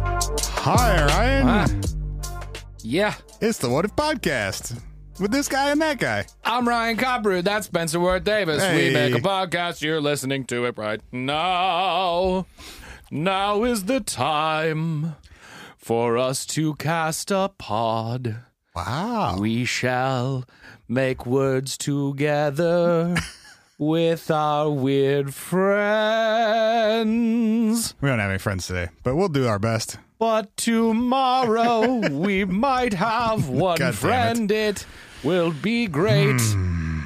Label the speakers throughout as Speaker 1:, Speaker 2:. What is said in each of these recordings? Speaker 1: Hi, Ryan.
Speaker 2: Ah. Yeah,
Speaker 1: It's the What If Podcast with this guy and that guy.
Speaker 2: I'm Ryan Copperwood. That's Spencer Ward Davis.
Speaker 1: Hey.
Speaker 2: We make a podcast. You're listening to it right now. Now is the time for us to cast a pod.
Speaker 1: Wow.
Speaker 2: We shall make words together with our weird friends.
Speaker 1: We don't have any friends today, but we'll do our best.
Speaker 2: But tomorrow we might have one
Speaker 1: God damn it.
Speaker 2: friend. It. will be great.
Speaker 1: Hmm.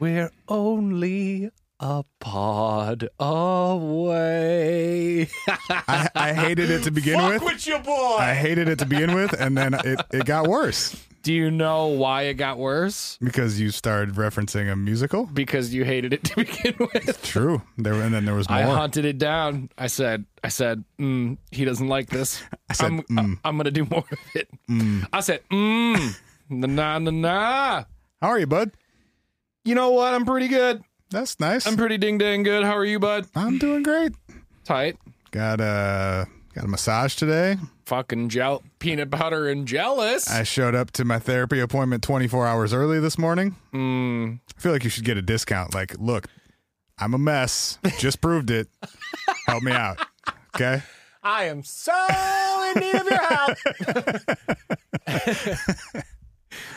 Speaker 2: We're only a pod away.
Speaker 1: I, I hated it to begin with.
Speaker 2: your boy.
Speaker 1: I hated it to begin with, and then it, it got worse
Speaker 2: Do you know why it got worse?
Speaker 1: because you started referencing a musical.
Speaker 2: Because you hated it to begin with.
Speaker 1: True. There and then there was more.
Speaker 2: I hunted it down. I said, I said, mm, he doesn't like this. I
Speaker 1: said, "Mm."
Speaker 2: am I'm gonna do more of it. I said, mm, na na na na.
Speaker 1: How are you, bud?
Speaker 2: You know what? I'm pretty good.
Speaker 1: That's nice.
Speaker 2: I'm
Speaker 1: I'm,
Speaker 2: pretty ding dang good. How are you, bud?
Speaker 1: doing great.
Speaker 2: Tight.
Speaker 1: Got a got a massage today.
Speaker 2: Fucking gel, peanut butter and jealous.
Speaker 1: I showed up to my therapy appointment 24 hours early this morning.
Speaker 2: Mm.
Speaker 1: I feel like you should get a discount. Like, look, I'm a mess. Just proved it. Help me out. Okay.
Speaker 2: I am so in need of your help.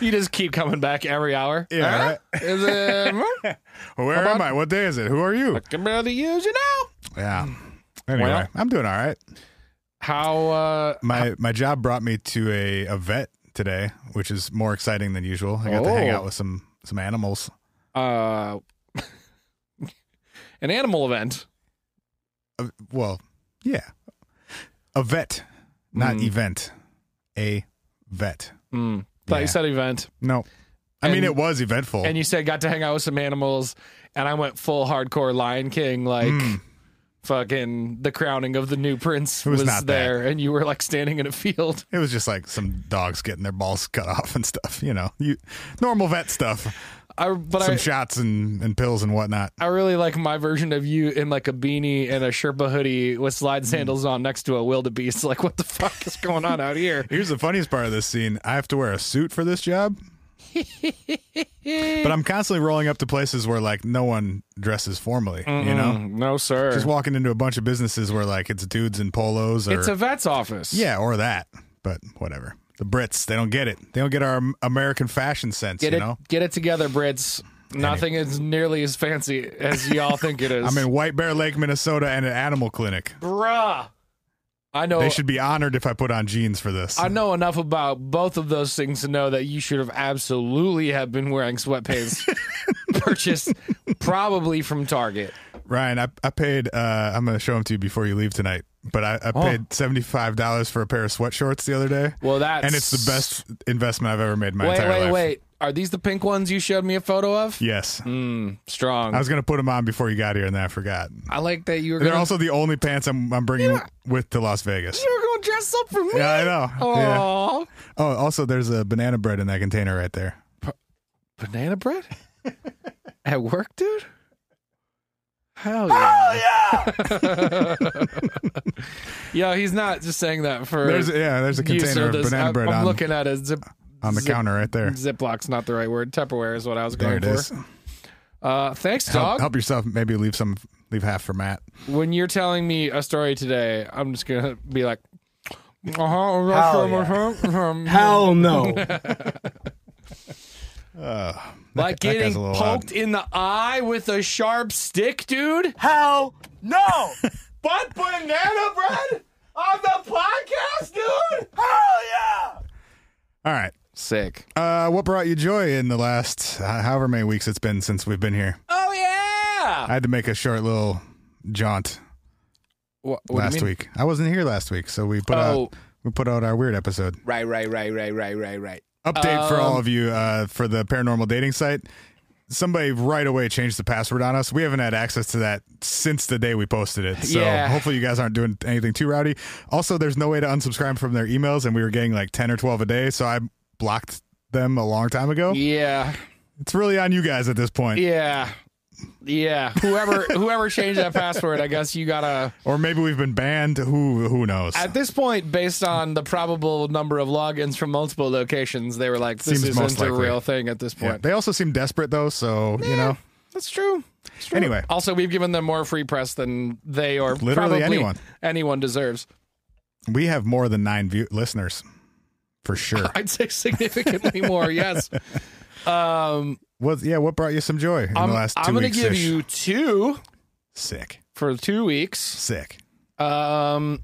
Speaker 2: you just keep coming back every hour.
Speaker 1: Yeah,
Speaker 2: Huh? Is it hmm, more?
Speaker 1: Where am I? What day is it? Who are you?
Speaker 2: can barely use you now?
Speaker 1: Yeah. Anyway,
Speaker 2: Well-
Speaker 1: I'm doing all right.
Speaker 2: How? uh
Speaker 1: My my job brought me to a, a vet today, which is more exciting than usual. I got to hang
Speaker 2: Oh.
Speaker 1: out with some some animals.
Speaker 2: uh An animal event.
Speaker 1: Uh, well, yeah. A vet, not
Speaker 2: Hmm.
Speaker 1: event. A vet.
Speaker 2: Mm. Thought
Speaker 1: Yeah.
Speaker 2: you said event,
Speaker 1: No. I mean,
Speaker 2: And-
Speaker 1: it was eventful.
Speaker 2: and you said got to hang out with some animals, and I went full hardcore Lion King, like
Speaker 1: Hmm.
Speaker 2: fucking the crowning of the new prince
Speaker 1: It was
Speaker 2: was,
Speaker 1: not that.
Speaker 2: there, and you were like standing in a field.
Speaker 1: It was just like some dogs getting their balls cut off and stuff, you know, you normal vet stuff,
Speaker 2: I, but
Speaker 1: some
Speaker 2: I,
Speaker 1: shots and, and pills and whatnot.
Speaker 2: I really like my version of you in like a beanie and a Sherpa hoodie with
Speaker 1: Hmm.
Speaker 2: slide sandals on next to a wildebeest. Like, what the fuck is going on out here?
Speaker 1: Here's the funniest part of this scene: I have to wear a suit for this job, but I'm constantly rolling up to places where like no one dresses formally, you know,
Speaker 2: Mm, no, sir.
Speaker 1: just walking into a bunch of businesses where like it's dudes in polos or
Speaker 2: it's a vet's office.
Speaker 1: yeah or that, but whatever. The Brits, they don't get it. They don't get our American fashion sense,
Speaker 2: get
Speaker 1: you
Speaker 2: it,
Speaker 1: know.
Speaker 2: get it together, Brits. Nothing is nearly as fancy as y'all think it is.
Speaker 1: I'm in White Bear Lake, Minnesota, and an animal clinic.
Speaker 2: bruh. I know.
Speaker 1: They should be honored if I put on jeans for this.
Speaker 2: I know enough about both of those things to know that you should have absolutely have been wearing sweatpants purchased probably from Target.
Speaker 1: Ryan, I, I paid. Uh, I'm going to show them to you before you leave tonight. But I,
Speaker 2: Oh.
Speaker 1: I paid seventy five dollars for a pair of sweatshorts the other day,
Speaker 2: Well, that's
Speaker 1: and it's the best investment I've ever made in my
Speaker 2: Wait,
Speaker 1: entire
Speaker 2: wait,
Speaker 1: life.
Speaker 2: wait. Are these the pink ones you showed me a photo of?
Speaker 1: Yes,
Speaker 2: Mm, strong.
Speaker 1: I
Speaker 2: I,
Speaker 1: was going to put them on before you got here, and then I forgot.
Speaker 2: like that you were.
Speaker 1: They're
Speaker 2: gonna,
Speaker 1: also the only pants I'm, I'm bringing with to Las Vegas.
Speaker 2: you were going to dress up for me.
Speaker 1: Yeah, I know. Yeah.
Speaker 2: Aw.
Speaker 1: Oh, also, there's a banana bread in that container right there.
Speaker 2: banana bread at work, dude. Hell yeah! yeah! Yo, he's not just saying that for
Speaker 1: There's yeah, there's a
Speaker 2: you, so
Speaker 1: container of
Speaker 2: this-
Speaker 1: banana
Speaker 2: I'm,
Speaker 1: bread
Speaker 2: I'm
Speaker 1: on,
Speaker 2: looking at a zip
Speaker 1: on the
Speaker 2: zip-
Speaker 1: counter right there.
Speaker 2: Ziplock's not the right word. Tupperware is what I was
Speaker 1: There
Speaker 2: going
Speaker 1: it
Speaker 2: for.
Speaker 1: is.
Speaker 2: Uh, thanks,
Speaker 1: Help,
Speaker 2: dog.
Speaker 1: help yourself. Maybe leave some. Leave half for Matt.
Speaker 2: When you're telling me a story today, I'm just gonna be like, uh-huh,
Speaker 3: Hell Hell no.
Speaker 2: like
Speaker 1: that guy's
Speaker 2: getting
Speaker 1: a little
Speaker 2: poked
Speaker 1: loud.
Speaker 2: in the eye with a sharp stick, dude.
Speaker 3: Hell no.
Speaker 2: But banana bread on the podcast, dude.
Speaker 3: Hell yeah.
Speaker 1: All right.
Speaker 2: Sick.
Speaker 1: Uh, what brought you joy in the last uh, however many weeks it's been since we've been here?
Speaker 2: Oh yeah.
Speaker 1: I had to make a short little jaunt
Speaker 2: Wha- What, do you
Speaker 1: last
Speaker 2: mean?
Speaker 1: week. I wasn't here last week, so we put
Speaker 2: Oh.
Speaker 1: out we put out our weird episode
Speaker 2: Right, right, right, right, right, right, right.
Speaker 1: update for
Speaker 2: Um,
Speaker 1: all of you uh, for the paranormal dating site. somebody right away changed the password on us. We haven't had access to that since the day we posted it. So
Speaker 2: Yeah.
Speaker 1: hopefully you guys aren't doing anything too rowdy. Also, there's no way to unsubscribe from their emails, and we were getting like 10 or 12 a day. So I blocked them a long time ago.
Speaker 2: Yeah.
Speaker 1: It's really on you guys at this point.
Speaker 2: Yeah. Yeah. Whoever whoever changed that password, I guess you gotta
Speaker 1: Or maybe we've been banned. Who who knows?
Speaker 2: at this point, based on the probable number of logins from multiple locations, they were like, This
Speaker 1: Seems most
Speaker 2: isn't a
Speaker 1: likely.
Speaker 2: real thing at this
Speaker 1: Yeah.
Speaker 2: point.
Speaker 1: They also seem desperate though, so you know.
Speaker 2: That's true. It's true.
Speaker 1: Anyway.
Speaker 2: Also, we've given them more free press than they or
Speaker 1: Literally
Speaker 2: probably
Speaker 1: anyone.
Speaker 2: anyone deserves.
Speaker 1: We have more than nine view- listeners, for sure.
Speaker 2: I'd say significantly more. Yes. Um,
Speaker 1: what? Yeah. What brought you some joy in
Speaker 2: I'm,
Speaker 1: the last 2
Speaker 2: I'm going to
Speaker 1: weeks?
Speaker 2: give you two
Speaker 1: sick,
Speaker 2: for two weeks.
Speaker 1: sick.
Speaker 2: Um,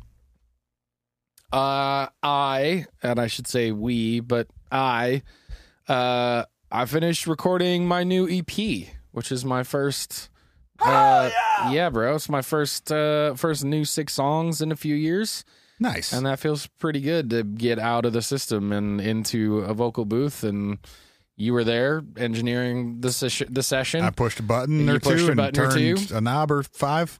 Speaker 2: uh, I and I should say we, but I, uh, I finished recording my new EP, which is my first. Uh, yeah! bro, it's my first uh, first new six songs in a few years,
Speaker 1: Nice.
Speaker 2: and that feels pretty good to get out of the system and into a vocal booth. And you were there engineering the sesh- the session.
Speaker 1: I pushed a button
Speaker 2: You
Speaker 1: or
Speaker 2: pushed
Speaker 1: two
Speaker 2: a
Speaker 1: and
Speaker 2: button or
Speaker 1: turned
Speaker 2: two?
Speaker 1: a knob or five.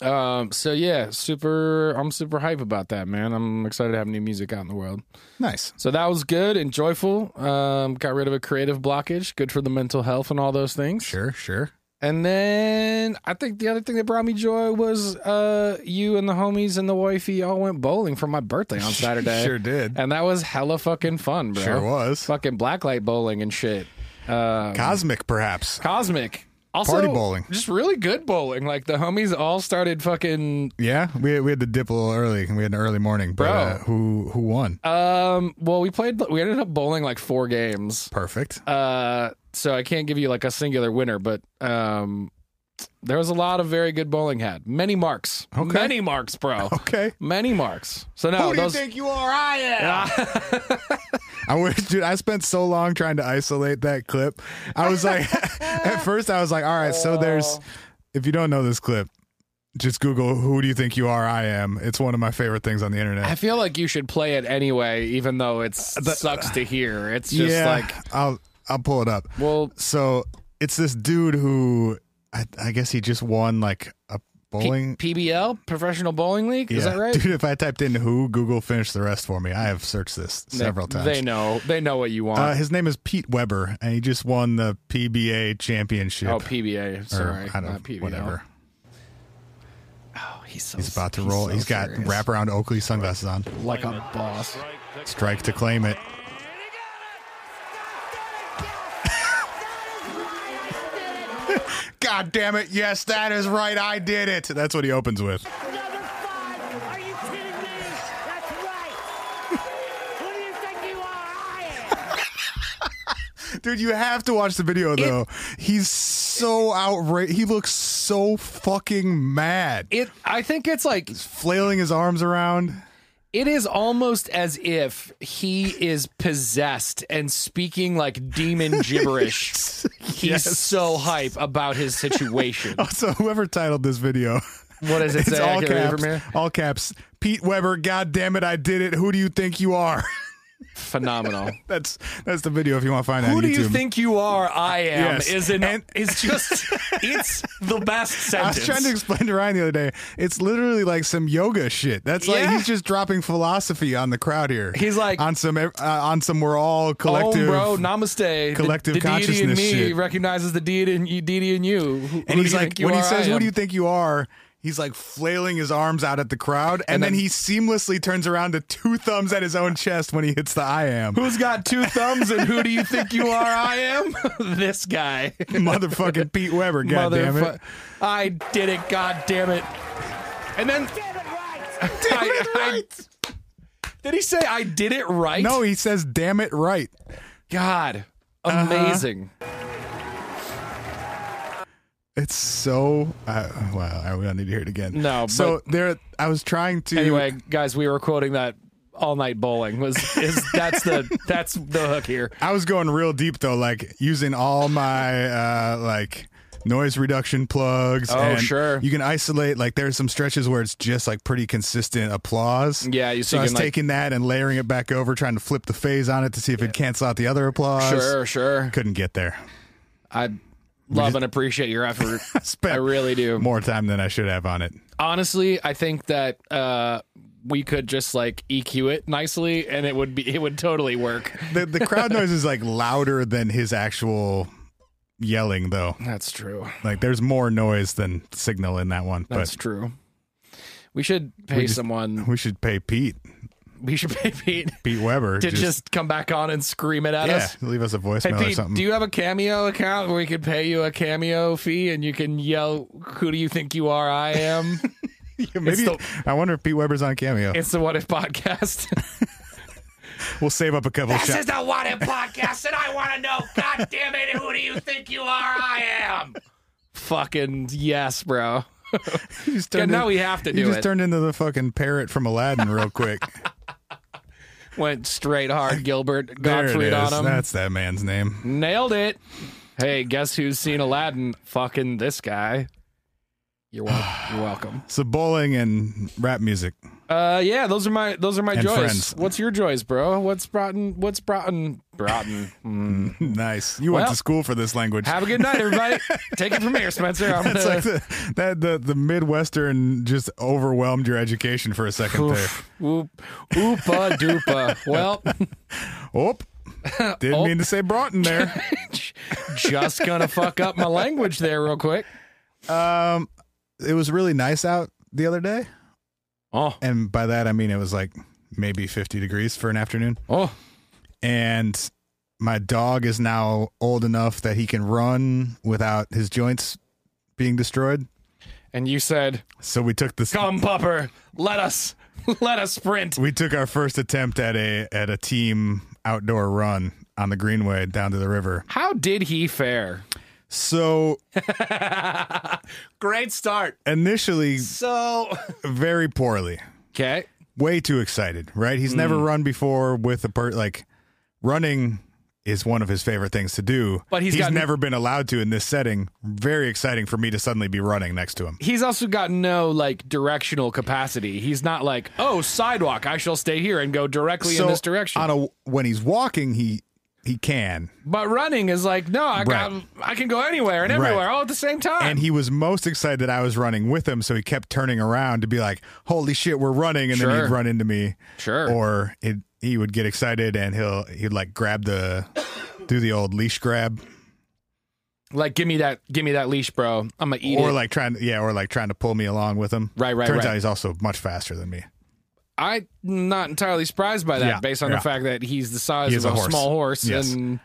Speaker 2: Um, so yeah, super. I'm super hype about that, man. I'm excited to have new music out in the world.
Speaker 1: Nice.
Speaker 2: So that was good and joyful. Um, got rid of a creative blockage. Good for the mental health and all those things.
Speaker 1: Sure, sure.
Speaker 2: And then I think the other thing that brought me joy was uh, you and the homies and the wifey all went bowling for my birthday on Saturday.
Speaker 1: sure did.
Speaker 2: And that was hella fucking fun, bro.
Speaker 1: Sure was.
Speaker 2: Fucking blacklight bowling and shit. Um,
Speaker 1: Cosmic, perhaps.
Speaker 2: Cosmic. Also,
Speaker 1: Party bowling.
Speaker 2: Just really good bowling. Like the homies all started fucking
Speaker 1: Yeah, we we had to dip a little early. We had an early morning, but
Speaker 2: Bro.
Speaker 1: uh, who who won?
Speaker 2: Um. Well, we played. We ended up bowling like four games.
Speaker 1: Perfect.
Speaker 2: Uh. So I can't give you like a singular winner, but um, there was a lot of very good bowling had. Many marks.
Speaker 1: Okay.
Speaker 2: Many marks, bro.
Speaker 1: Okay.
Speaker 2: Many marks. So no, those.
Speaker 1: you are? I am. I wish, dude. I spent so long trying to isolate that clip. I was like, at first, I was like, all right, so
Speaker 2: Oh.
Speaker 1: there's. If you don't know this clip, just Google "Who do you think you are?" I am. It's one of my favorite things on the internet.
Speaker 2: I feel like you should play it anyway, even though it sucks to hear. It's just
Speaker 1: Uh, yeah,
Speaker 2: like,
Speaker 1: I'll I'll pull it up.
Speaker 2: well,
Speaker 1: So it's this dude who I, I guess he just won like a
Speaker 2: P-
Speaker 1: bowling.
Speaker 2: PBL, Professional Bowling League, is that right?
Speaker 1: dude? If I typed in "Who," Google finished the rest for me. I have searched this
Speaker 2: They-
Speaker 1: several times.
Speaker 2: They know. They know what you want.
Speaker 1: Uh, his name is Pete Weber, and he just won the PBA championship.
Speaker 2: oh, PBA.
Speaker 1: or,
Speaker 2: Sorry,
Speaker 1: I don't,
Speaker 2: not PBL.
Speaker 1: whatever.
Speaker 2: Oh, he's so.
Speaker 1: He's about to roll.
Speaker 2: so
Speaker 1: he's got
Speaker 2: serious.
Speaker 1: wraparound Oakley sunglasses on.
Speaker 2: like a boss.
Speaker 1: Strike to claim it. God damn it! Yes, that is right. I did it. That's what he opens with.
Speaker 4: Number five. Are you kidding me? That's right. Who do you think you are? I am.
Speaker 1: Dude, you have to watch the video though. He's so outraged. He looks so fucking mad,
Speaker 2: It. I think it's like
Speaker 1: flailing his arms around.
Speaker 2: it is almost as if he is possessed and speaking like demon gibberish. He's
Speaker 1: Yes.
Speaker 2: so hype about his situation.
Speaker 1: So whoever titled this video,
Speaker 2: What does it
Speaker 1: it's
Speaker 2: say? I
Speaker 1: all
Speaker 2: can read it from
Speaker 1: caps.
Speaker 2: here.
Speaker 1: All caps. Pete Weber. God damn it, I did it. Who do you think you are?
Speaker 2: Phenomenal.
Speaker 1: that's that's the video. If you want to find it
Speaker 2: Who
Speaker 1: on
Speaker 2: do
Speaker 1: YouTube.
Speaker 2: you think you are? I am.
Speaker 1: Yes.
Speaker 2: Is an,
Speaker 1: And-
Speaker 2: is just it's the best
Speaker 1: I
Speaker 2: sentence.
Speaker 1: was trying to explain to Ryan the other day. It's literally like some yoga shit. That's like
Speaker 2: Yeah.
Speaker 1: he's just dropping philosophy on the crowd here.
Speaker 2: He's like-
Speaker 1: on some uh, on some we're all collective
Speaker 2: Om, Oh, bro, namaste.
Speaker 1: collective
Speaker 2: the, the deity in
Speaker 1: consciousness
Speaker 2: me
Speaker 1: shit.
Speaker 2: recognizes the deity in you. Deity in you. Who, who
Speaker 1: And
Speaker 2: do
Speaker 1: he's
Speaker 2: you
Speaker 1: like,
Speaker 2: think you
Speaker 1: when he
Speaker 2: are?
Speaker 1: says,
Speaker 2: I
Speaker 1: "Who do
Speaker 2: am."
Speaker 1: you think you are?" He's like flailing his arms out at the crowd, and, then,
Speaker 2: then-
Speaker 1: he seamlessly turns around to two thumbs at his own chest when he hits the "I am."
Speaker 2: Who's got two thumbs and who do you think you are? I am this guy.
Speaker 1: Motherfucking Pete Weber, goddamn
Speaker 2: Motherfu-
Speaker 1: it!
Speaker 2: I did it, god damn it. And then
Speaker 4: Damn it right.
Speaker 2: I- I- did he say I did it right?
Speaker 1: No, Uh-huh. he says "damn it" right.
Speaker 2: God. Amazing.
Speaker 1: It's so. Uh, well, I don't need to hear it again.
Speaker 2: No,
Speaker 1: So there, I was trying to.
Speaker 2: Anyway, guys, we were quoting that all night bowling was is that's the that's the hook here.
Speaker 1: I was going real deep though, like using all my uh like noise reduction plugs.
Speaker 2: Oh,
Speaker 1: and
Speaker 2: sure.
Speaker 1: You can isolate like there's some stretches where it's just like pretty consistent applause.
Speaker 2: Yeah, you- so
Speaker 1: so
Speaker 2: you
Speaker 1: I was
Speaker 2: can, like-
Speaker 1: taking that and layering it back over, trying to flip the phase on it to see if it'd cancel out the other applause.
Speaker 2: Sure, sure.
Speaker 1: Couldn't get there.
Speaker 2: I love and appreciate your effort.
Speaker 1: Spent
Speaker 2: I really do.
Speaker 1: more time than I should have on it.
Speaker 2: Honestly, I think that uh, we could just like EQ it nicely, and it would be it would totally work.
Speaker 1: The the crowd noise is like louder than his actual yelling though.
Speaker 2: That's true.
Speaker 1: Like there's more noise than signal in that one.
Speaker 2: That's
Speaker 1: But
Speaker 2: true. We should pay
Speaker 1: just-
Speaker 2: someone.
Speaker 1: we should pay Pete.
Speaker 2: We should pay Pete
Speaker 1: Pete Weber.
Speaker 2: to just, come back on and scream it at
Speaker 1: yeah,
Speaker 2: us.
Speaker 1: leave us a voicemail
Speaker 2: Hey
Speaker 1: or
Speaker 2: Pete,
Speaker 1: something.
Speaker 2: do you have a cameo account where we could pay you a cameo fee and you can yell, "Who do you think you are? I am."
Speaker 1: Maybe
Speaker 2: the-
Speaker 1: I wonder if Pete Weber's on Cameo.
Speaker 2: it's the What If podcast.
Speaker 1: We'll save up a couple
Speaker 2: this is
Speaker 1: shots.
Speaker 2: the What If podcast, and I want to know, God damn it, who do you think you are? I am. Fucking yes, bro.
Speaker 1: You just
Speaker 2: Yeah,
Speaker 1: turned
Speaker 2: now
Speaker 1: in-
Speaker 2: we have to
Speaker 1: you
Speaker 2: do
Speaker 1: just
Speaker 2: it.
Speaker 1: turned into the fucking parrot from Aladdin real quick.
Speaker 2: Went straight hard, Gilbert
Speaker 1: there it
Speaker 2: Gottfried
Speaker 1: is.
Speaker 2: on him.
Speaker 1: That's that man's name.
Speaker 2: Nailed it. Hey, guess who's seen Aladdin? Fucking this guy. You're welcome. You're welcome.
Speaker 1: So bowling and rap music.
Speaker 2: Uh, yeah, those are my those are my
Speaker 1: And
Speaker 2: joys.
Speaker 1: friends.
Speaker 2: What's your joys, bro? What's brought in? What's brought in? Brought in. Mm.
Speaker 1: Nice. You went
Speaker 2: Well-
Speaker 1: to school for this language.
Speaker 2: Have a good night, everybody. Take it from here, Spencer. I'm
Speaker 1: That's
Speaker 2: gonna-
Speaker 1: like the, that the the Midwestern just overwhelmed your education for a second there.
Speaker 2: Oop, oopa dupa. Well,
Speaker 1: Oh, didn't
Speaker 2: Oh.
Speaker 1: mean to say Broughton there.
Speaker 2: just gonna fuck up my language there real quick.
Speaker 1: um, it was really nice out the other day,
Speaker 2: Oh,
Speaker 1: and by that I mean it was like maybe 50 degrees for an afternoon.
Speaker 2: oh,
Speaker 1: And my dog is now old enough that he can run without his joints being destroyed.
Speaker 2: and you said,
Speaker 1: So we took this.
Speaker 2: "Come, pupper, let us, let us sprint."
Speaker 1: we took our first attempt at a at a team outdoor run on the greenway down to the river.
Speaker 2: How did he fare?
Speaker 1: So
Speaker 2: Great start.
Speaker 1: initially
Speaker 2: So
Speaker 1: very poorly.
Speaker 2: okay,
Speaker 1: Way too excited, right? He's never
Speaker 2: Hmm.
Speaker 1: run before with a per like running is one of his favorite things to do.
Speaker 2: But he's
Speaker 1: he's
Speaker 2: gotten-
Speaker 1: never been allowed to in this setting. Very exciting for me to suddenly be running next to him.
Speaker 2: he's also got no like directional capacity. He's not like, oh, sidewalk. I shall stay here and go directly in this direction.
Speaker 1: On a when he's walking, he he can.
Speaker 2: but running is like, no, I got,
Speaker 1: Right.
Speaker 2: I can go anywhere and
Speaker 1: Right.
Speaker 2: everywhere all at the same time.
Speaker 1: And he was most excited that I was running with him, so he kept turning around to be like, "Holy shit, we're running!" And then
Speaker 2: Sure.
Speaker 1: he'd run into me,
Speaker 2: Sure.
Speaker 1: Or it, he would get excited and he'll he'd like grab the do the old leash grab,
Speaker 2: like, give me that, give me that leash, bro. I'm gonna eat
Speaker 1: or
Speaker 2: it.
Speaker 1: like trying yeah, or like trying to pull me along with him.
Speaker 2: Right, right,
Speaker 1: Turns
Speaker 2: right.
Speaker 1: out he's also much faster than me.
Speaker 2: I'm not entirely surprised by that,
Speaker 1: Yeah,
Speaker 2: based on
Speaker 1: yeah.
Speaker 2: the fact that he's the size
Speaker 1: He
Speaker 2: of
Speaker 1: is
Speaker 2: a,
Speaker 1: a horse.
Speaker 2: small horse
Speaker 1: Yes.
Speaker 2: and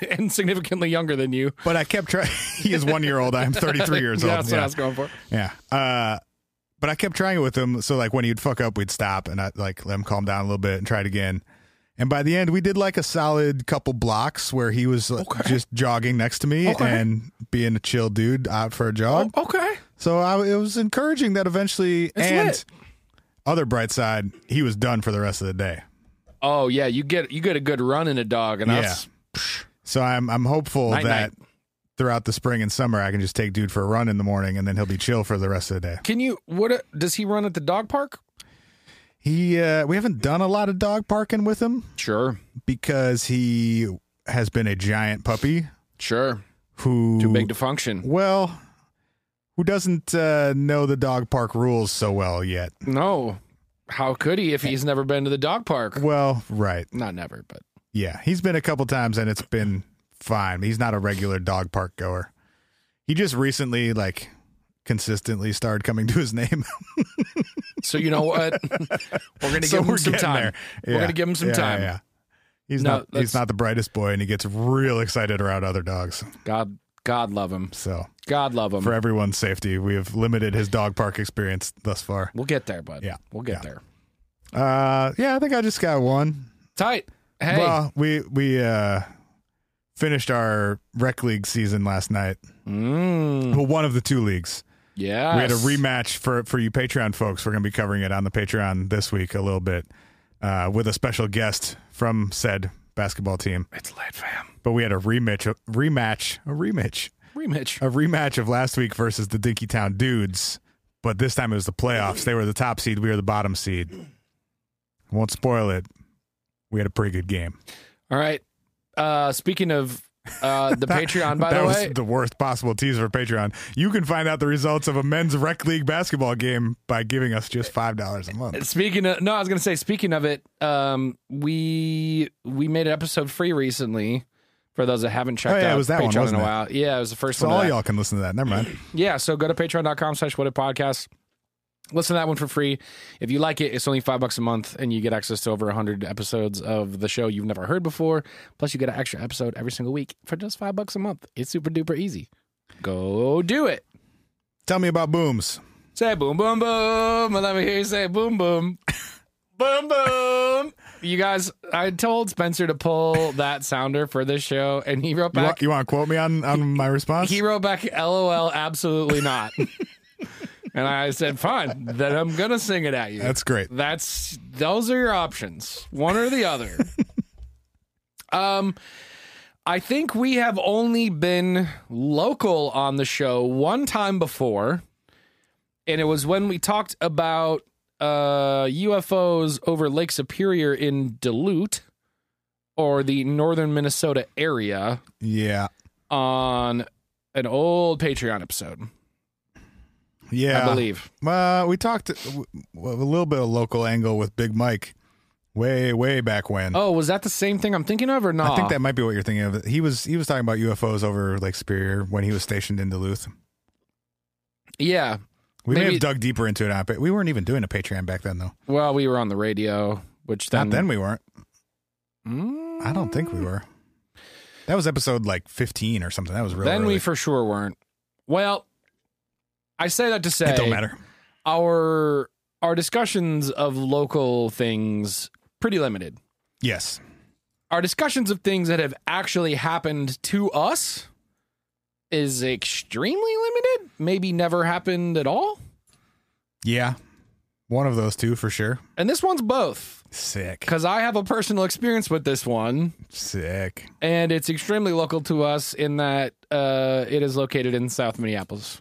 Speaker 2: and significantly younger than you.
Speaker 1: But I kept trying. he is one year old. I'm 33 years old.
Speaker 2: That's what I was going for.
Speaker 1: Yeah. Uh, but I kept trying it with him. So like when he'd fuck up, we'd stop and I like let him calm down a little bit and try it again. And by the end, we did like a solid couple blocks where he was like, just jogging next to me
Speaker 2: Okay. Oh.
Speaker 1: and being a chill dude out for a jog.
Speaker 2: Okay.
Speaker 1: So I, it was encouraging that eventually. and
Speaker 2: lit.
Speaker 1: other bright side, he was done for the rest of the day.
Speaker 2: Oh yeah, you get you get a good run in a dog, and that's
Speaker 1: So I'm I'm hopeful
Speaker 2: Night,
Speaker 1: that throughout the spring and summer, I can just take dude for a run in the morning and then he'll be chill for the rest of the day.
Speaker 2: Can you? What uh, does he run at the dog park?
Speaker 1: He uh, we haven't done a lot of dog parking with him
Speaker 2: Sure,
Speaker 1: because he has been a giant puppy
Speaker 2: sure.
Speaker 1: who
Speaker 2: Too big to function.
Speaker 1: well who doesn't uh, know the dog park rules so well yet.
Speaker 2: No, how could he if he's never been to the dog park?
Speaker 1: Well, right.
Speaker 2: Not never, but
Speaker 1: Yeah, he's been a couple times and it's been fine. He's not a regular dog park goer. He just recently like consistently started coming to his name.
Speaker 2: so you know what? we're gonna
Speaker 1: so
Speaker 2: give
Speaker 1: we're
Speaker 2: him some
Speaker 1: getting
Speaker 2: time.
Speaker 1: there.
Speaker 2: We're
Speaker 1: Yeah,
Speaker 2: gonna give him some
Speaker 1: yeah,
Speaker 2: time.
Speaker 1: Yeah. He's
Speaker 2: No,
Speaker 1: not he's
Speaker 2: that's-
Speaker 1: not the brightest boy and he gets real excited around other dogs.
Speaker 2: God, God love him.
Speaker 1: So
Speaker 2: God love him.
Speaker 1: for everyone's safety, we have limited his dog park experience thus far.
Speaker 2: We'll get there, bud.
Speaker 1: Yeah,
Speaker 2: we'll get
Speaker 1: yeah.
Speaker 2: there.
Speaker 1: Uh, yeah, I think I just got one.
Speaker 2: Tight. Hey,
Speaker 1: Well, we we uh finished our rec league season last night.
Speaker 2: mm,
Speaker 1: Well, one of the two leagues.
Speaker 2: yeah.
Speaker 1: We had a rematch for for you Patreon folks. We're going to be covering it on the Patreon this week a little bit uh, with a special guest from said basketball team.
Speaker 2: It's late, fam.
Speaker 1: But we had a rematch, a rematch, a rematch,
Speaker 2: Rematch.
Speaker 1: a rematch of last week versus the Dinkytown Dudes. But this time it was the playoffs. They were the top seed. We were the bottom seed. I won't spoil it. We had a pretty good game.
Speaker 2: All right. Uh, speaking of Uh, the Patreon, by
Speaker 1: that
Speaker 2: the
Speaker 1: was
Speaker 2: way,
Speaker 1: the worst possible tease for Patreon. You can find out the results of a men's rec league basketball game by giving us just five dollars a month.
Speaker 2: Speaking of no, I was gonna say speaking of it, um, we we made an episode free recently for those that haven't checked
Speaker 1: Oh, yeah,
Speaker 2: out
Speaker 1: it was that
Speaker 2: Patreon
Speaker 1: one,
Speaker 2: in
Speaker 1: wasn't
Speaker 2: a
Speaker 1: it?
Speaker 2: while. Yeah, it was the first
Speaker 1: So
Speaker 2: one.
Speaker 1: all
Speaker 2: of that.
Speaker 1: y'all can listen to that. Never mind.
Speaker 2: Yeah, so go to patreon.com slash what if podcast. Listen to that one for free. If you like it, it's only five bucks a month and you get access to over 100 episodes of the show you've never heard before. Plus, you get an extra episode every single week for just five bucks a month. It's super duper easy. Go do it.
Speaker 1: Tell me about booms.
Speaker 2: Say boom, boom, boom. And let me hear you say boom, boom. boom, boom. You guys, I told Spencer to pull that sounder for this show, and he wrote
Speaker 1: You
Speaker 2: back,
Speaker 1: want, you want to quote me on, on my response?
Speaker 2: he wrote back, LOL, absolutely not. and I said, fine, then I'm going to sing it at you.
Speaker 1: That's great.
Speaker 2: That's those are your options, one or the other. um, I think we have only been local on the show one time before, and it was when we talked about uh UFOs over Lake Superior in Duluth or the northern Minnesota area
Speaker 1: Yeah.
Speaker 2: on an old Patreon episode,
Speaker 1: Yeah.
Speaker 2: I believe.
Speaker 1: Uh, we talked w- w- a little bit of local angle with Big Mike way, way back when.
Speaker 2: Oh, was that the same thing I'm thinking of or not?
Speaker 1: I think that might be what you're thinking of. He was he was talking about UFOs over Lake Superior when he was stationed in Duluth.
Speaker 2: yeah.
Speaker 1: We may
Speaker 2: Maybe-
Speaker 1: have dug deeper into it, on but we weren't even doing a Patreon back then, though.
Speaker 2: Well, we were on the radio, which then
Speaker 1: Not then we weren't.
Speaker 2: Mm,
Speaker 1: I don't think we were. That was episode like 15 or something. That was real.
Speaker 2: then
Speaker 1: early.
Speaker 2: we for sure weren't. Well, I say that to say
Speaker 1: it don't matter.
Speaker 2: our our discussions of local things pretty limited.
Speaker 1: Yes,
Speaker 2: Our discussions of things that have actually happened to us is extremely limited. Maybe never happened at all.
Speaker 1: yeah, one of those two for sure.
Speaker 2: And this one's both
Speaker 1: Sick,
Speaker 2: because I have a personal experience with this one.
Speaker 1: sick.
Speaker 2: and it's extremely local to us in that uh, it is located in South Minneapolis,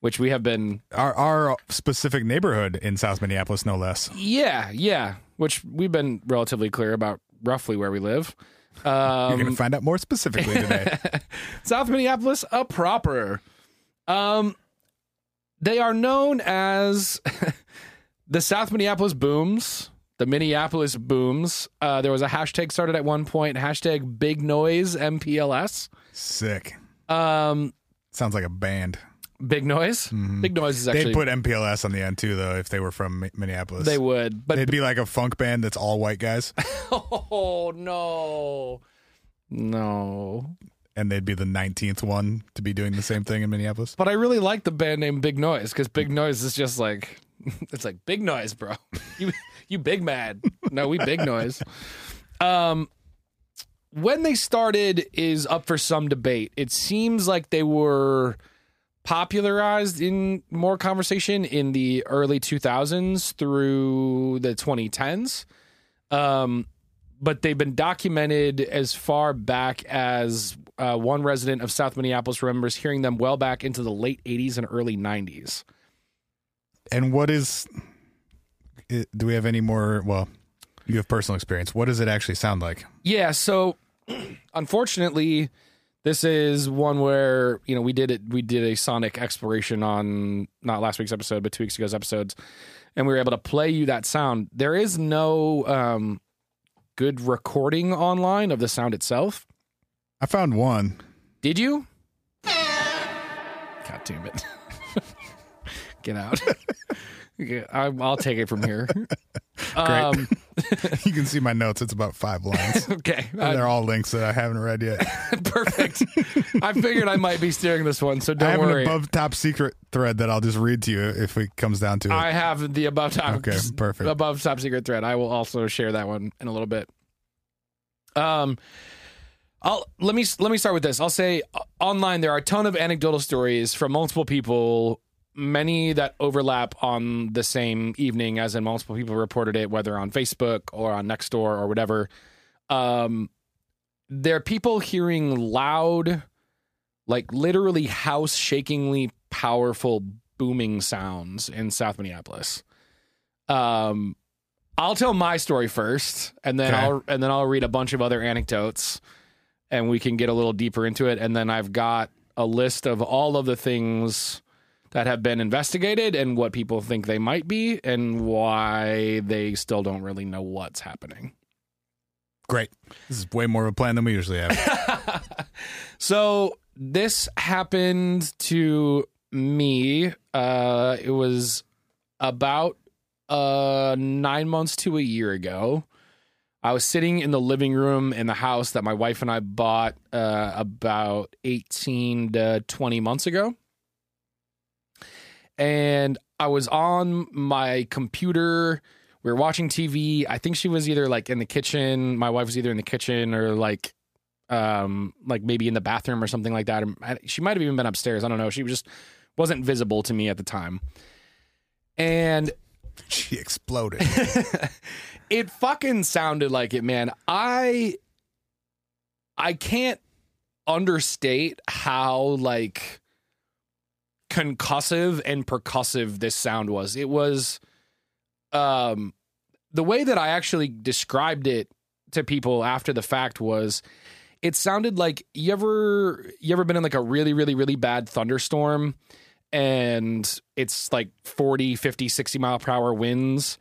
Speaker 2: which we have been.
Speaker 1: Our our specific neighborhood in South Minneapolis, no less.
Speaker 2: Yeah, yeah, which we've been relatively clear about roughly where we live.
Speaker 1: You're gonna
Speaker 2: Um,
Speaker 1: find out more specifically today.
Speaker 2: South Minneapolis, a proper. Um, they are known as the South Minneapolis Booms. The Minneapolis Booms. Uh, there was a hashtag started at one point. Hashtag Big Noise MPLS.
Speaker 1: sick.
Speaker 2: Um,
Speaker 1: Sounds like a band.
Speaker 2: big Noise. Big Noise is actually
Speaker 1: They'd put MPLS on the end too, though, if they were from Mi- Minneapolis.
Speaker 2: They would, but
Speaker 1: They'd be like a funk band that's all white guys,
Speaker 2: oh no, no.
Speaker 1: and they'd be the 19th one to be doing the same thing in Minneapolis.
Speaker 2: But I really like the band name Big Noise because Big Noise is just like it's like Big Noise, bro. You you big mad? No, we Big Noise. Um, when they started is up for some debate. It seems like they were popularized in more conversation in the early 2000s through the 2010s. Um, but they've been documented as far back as uh, one resident of South Minneapolis remembers hearing them well back into the late 80s and early 90s.
Speaker 1: And what is? i- Do we have any more? Well, you have personal experience. What does it actually sound like?
Speaker 2: Yeah, so unfortunately, this is one where you know we did it. We did a sonic exploration on not last week's episode, but two weeks ago's episodes, and we were able to play you that sound. There is no um, good recording online of the sound itself.
Speaker 1: I found one.
Speaker 2: Did you? God damn it! Get out. Okay, I, I'll take it from here. Um,
Speaker 1: You can see my notes. It's about five lines,
Speaker 2: okay.
Speaker 1: and they're all links that I haven't read yet.
Speaker 2: Perfect. I figured I might be steering this one, so don't
Speaker 1: I have
Speaker 2: worry.
Speaker 1: an above top secret thread that I'll just read to you if it comes down to it.
Speaker 2: I have the above top.
Speaker 1: Okay, perfect.
Speaker 2: Above top secret thread. I will also share that one in a little bit. Um, I'll let me let me start with this. I'll say uh, online there are a ton of anecdotal stories from multiple people, many that overlap on the same evening, as in multiple people reported it, whether on Facebook or on Nextdoor or whatever. Um, there are people hearing loud, like literally house shakingly powerful booming sounds in South Minneapolis. Um, I'll tell my story first, and then
Speaker 1: Okay.
Speaker 2: I'll and then I'll read a bunch of other anecdotes, and we can get a little deeper into it. And then I've got a list of all of the things that have been investigated and what people think they might be and why they still don't really know what's happening.
Speaker 1: Great. This is way more of a plan than we usually have.
Speaker 2: So this happened to me. Uh, it was about uh, nine months to a year ago. I was sitting in the living room in the house that my wife and I bought uh, about 18 to 20 months ago. And I was on my computer. We were watching TV. I think she was either like in the kitchen. My wife was either in the kitchen or like um like maybe in the bathroom or something like that I- she might have even been upstairs i don't know she was just wasn't visible to me at the time and
Speaker 1: she exploded.
Speaker 2: it fucking sounded like it man i i can't understate how like concussive and percussive this sound was it was um the way that i actually described it to people after the fact was it sounded like you ever you ever been in like a really really really bad thunderstorm and it's like 40 50 60 mile per hour winds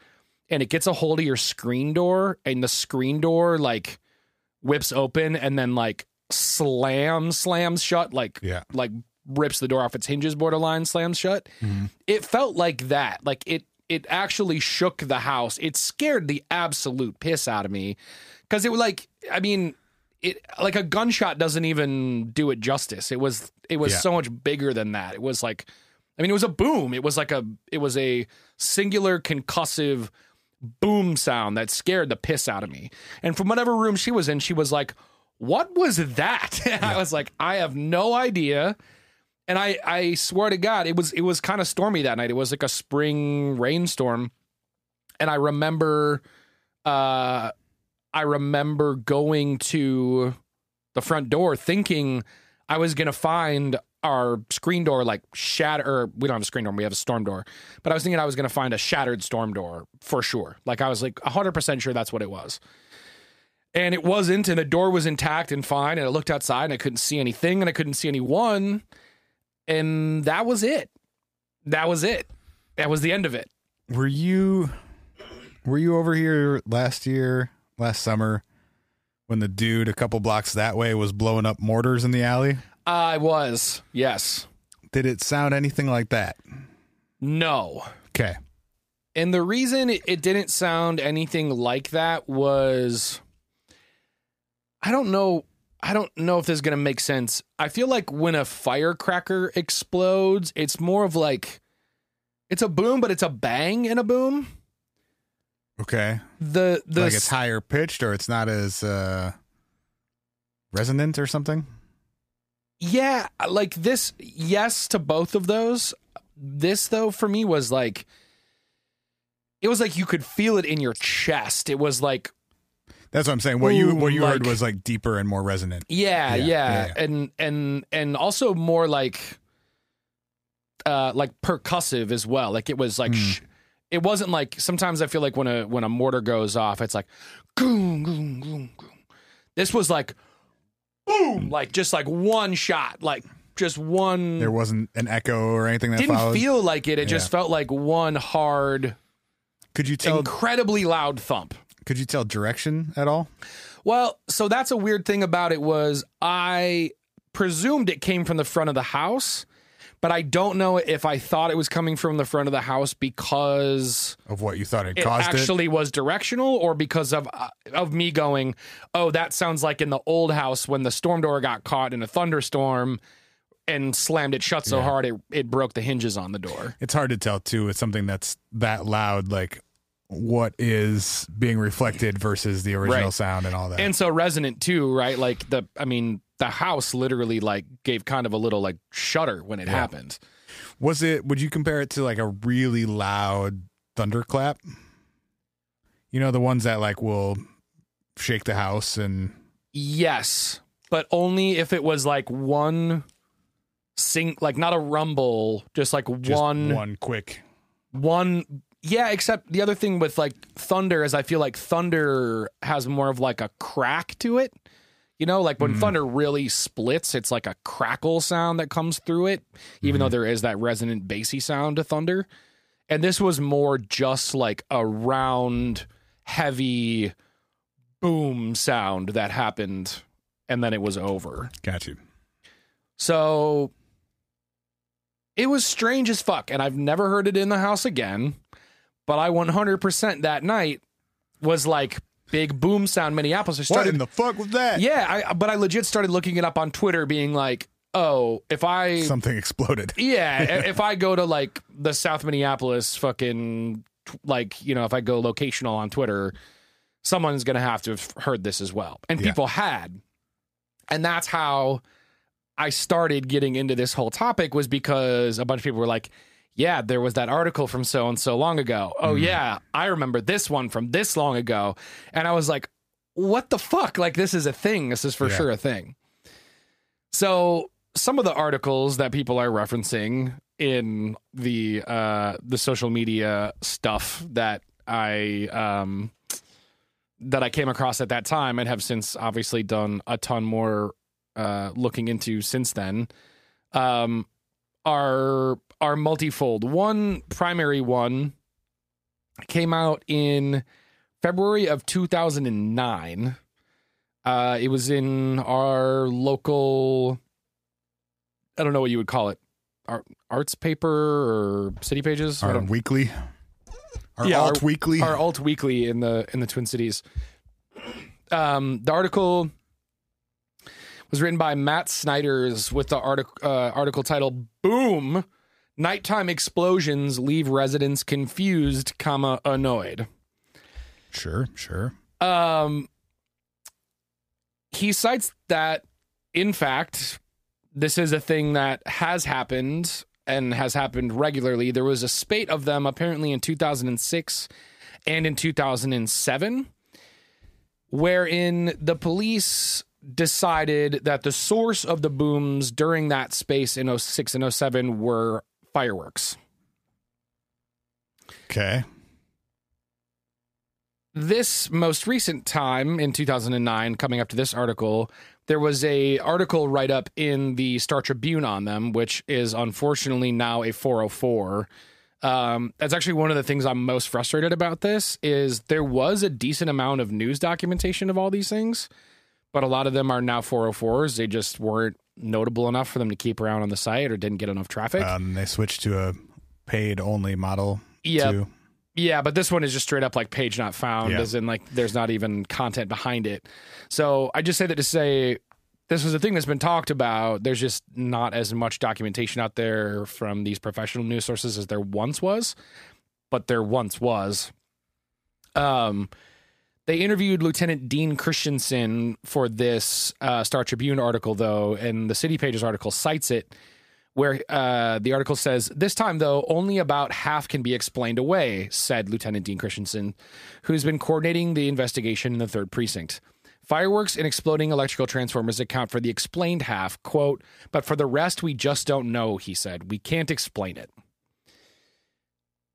Speaker 2: and it gets a hold of your screen door and the screen door like whips open and then like slam slams shut like
Speaker 1: Yeah.
Speaker 2: like rips the door off its hinges borderline slams shut
Speaker 1: Mm-hmm.
Speaker 2: it felt like that like it it actually shook the house it scared the absolute piss out of me because it was like i mean it like a gunshot doesn't even do it justice it was it was
Speaker 1: Yeah.
Speaker 2: so much bigger than that it was like i mean it was a boom it was like a it was a singular concussive boom sound that scared the piss out of me. And from whatever room she was in, she was like, "What was that?" And I was like, "I have no idea." And I I swear to God, it was it was kind of stormy that night. It was like a spring rainstorm. And I remember uh I remember going to the front door thinking I was going to find our screen door like shatter or we don't have a screen door we have a storm door but I was thinking I was going to find a shattered storm door for sure like I was like 100% sure that's what it was and it wasn't and the door was intact and fine and I looked outside and I couldn't see anything and I couldn't see anyone and that was it that was it that was the end of it
Speaker 1: were you were you over here last year, last summer, when the dude a couple blocks that way was blowing up mortars in the alley?
Speaker 2: I was yes
Speaker 1: Did it sound anything like that?
Speaker 2: no
Speaker 1: Okay.
Speaker 2: And the reason it- it didn't sound anything like that was I don't know I don't know if this is going to make sense. I feel like when a firecracker explodes, it's more of like it's a boom but it's a bang and a boom.
Speaker 1: Okay.
Speaker 2: The the
Speaker 1: like it's higher pitched or it's not as uh resonant or something?
Speaker 2: Yeah, like this, yes to both of those. This, though, for me was like, it was like you could feel it in your chest. It was like,
Speaker 1: That's what I'm saying. What you
Speaker 2: Ooh,
Speaker 1: what you heard
Speaker 2: like-
Speaker 1: was like deeper and more resonant.
Speaker 2: yeah,
Speaker 1: Yeah,
Speaker 2: yeah,
Speaker 1: yeah,
Speaker 2: and and and also more like, uh, like percussive as well. Like it was like,
Speaker 1: Hmm.
Speaker 2: sh- it wasn't like sometimes I feel like when a when a mortar goes off, it's like, goom goom goom goom. This was like, boom, like just like one shot, like just one.
Speaker 1: There wasn't an echo or anything that
Speaker 2: didn't
Speaker 1: followed.
Speaker 2: feel like it. It just
Speaker 1: Yeah.
Speaker 2: felt like one hard,
Speaker 1: could you tell
Speaker 2: incredibly loud thump.
Speaker 1: could you tell direction at all?
Speaker 2: Well, so that's a weird thing about it was I presumed it came from the front of the house, but I don't know if I thought it was coming from the front of the house because
Speaker 1: Of what you thought it,
Speaker 2: it
Speaker 1: caused it?
Speaker 2: actually was directional or because of uh, of me going, "Oh, that sounds like in the old house when the storm door got caught in a thunderstorm." And slammed it shut so hard it, it broke the hinges on the door.
Speaker 1: it's hard to tell too with something that's that loud like what is being reflected versus the original
Speaker 2: Right.
Speaker 1: sound and all that
Speaker 2: and so resonant too right like the i mean the house literally like gave kind of a little like shudder when it happened
Speaker 1: was it would you compare it to like a really loud thunderclap you know the ones that like will shake the house and
Speaker 2: yes but only if it was like one sing like not a rumble just like
Speaker 1: just
Speaker 2: one
Speaker 1: one quick
Speaker 2: one yeah except the other thing with like thunder is i feel like thunder has more of like a crack to it You know, like when thunder really splits, it's like a crackle sound that comes through it, even though there is that resonant bassy sound to thunder. And this was more just like a round, heavy boom sound that happened, and then it was over.
Speaker 1: Got you.
Speaker 2: So it was strange as fuck, and I've never heard it in the house again. But I 100% that night was like big boom sound Minneapolis. I
Speaker 1: What
Speaker 2: started,
Speaker 1: in the fuck was that?
Speaker 2: yeah, I, but I legit started looking it up on Twitter, being like, oh, if I
Speaker 1: Something exploded.
Speaker 2: yeah, i- if I go to like the South Minneapolis fucking tw- like you know, if I go locational on Twitter, someone's gonna have to have heard this as well, and
Speaker 1: Yeah.
Speaker 2: people had, and that's how I started getting into this whole topic was because a bunch of people were like. Yeah, there was that article from so and so long ago. Oh
Speaker 1: Mm-hmm.
Speaker 2: yeah, I remember this one from this long ago. And I was like, what the fuck? Like this is a thing. This is for
Speaker 1: Yeah.
Speaker 2: sure a thing. So some of the articles that people are referencing in the uh, the social media stuff that I um, that I came across at that time and have since obviously done a ton more uh, looking into since then um, are are multifold. One primary one came out in February of 2009. Uh, it was in our local, I don't know what you would call it, Ar arts paper or city pages. I
Speaker 1: Our
Speaker 2: don't-
Speaker 1: weekly. Our
Speaker 2: Yeah, our-
Speaker 1: alt weekly.
Speaker 2: our alt weekly in the in the Twin Cities. Um, the article was written by Matt Snyder's with the article uh, article title "Boom: Nighttime Explosions Leave Residents Confused, comma Annoyed."
Speaker 1: sure, sure.
Speaker 2: Um, he cites that, in fact, this is a thing that has happened and has happened regularly. There was a spate of them apparently in 2006 and in 2007, wherein the police decided that the source of the booms during that space in 06 and 07 were fireworks.
Speaker 1: Okay.
Speaker 2: this most recent time in 2009 coming up to this article there was a article write up in the star tribune on them which is unfortunately now a 404 um, that's actually one of the things i'm most frustrated about this is there was a decent amount of news documentation of all these things but a lot of them are now 404s they just weren't notable enough for them to keep around on the site or didn't get enough traffic
Speaker 1: Um, they switched to a paid only model.
Speaker 2: Yep.
Speaker 1: too.
Speaker 2: Yeah, but this one is just straight up like page not found,
Speaker 1: Yeah.
Speaker 2: as in like there's not even content behind it. So I just say that to say this was a thing that's been talked about. There's just not as much documentation out there from these professional news sources as there once was, but there once was. Um, they interviewed Lieutenant Dean Christensen for this uh, Star Tribune article, though, and the City Pages article cites it where uh, the article says this time though only about half can be explained away said lieutenant dean christensen who's been coordinating the investigation in the third precinct fireworks and exploding electrical transformers account for the explained half quote but for the rest we just don't know he said we can't explain it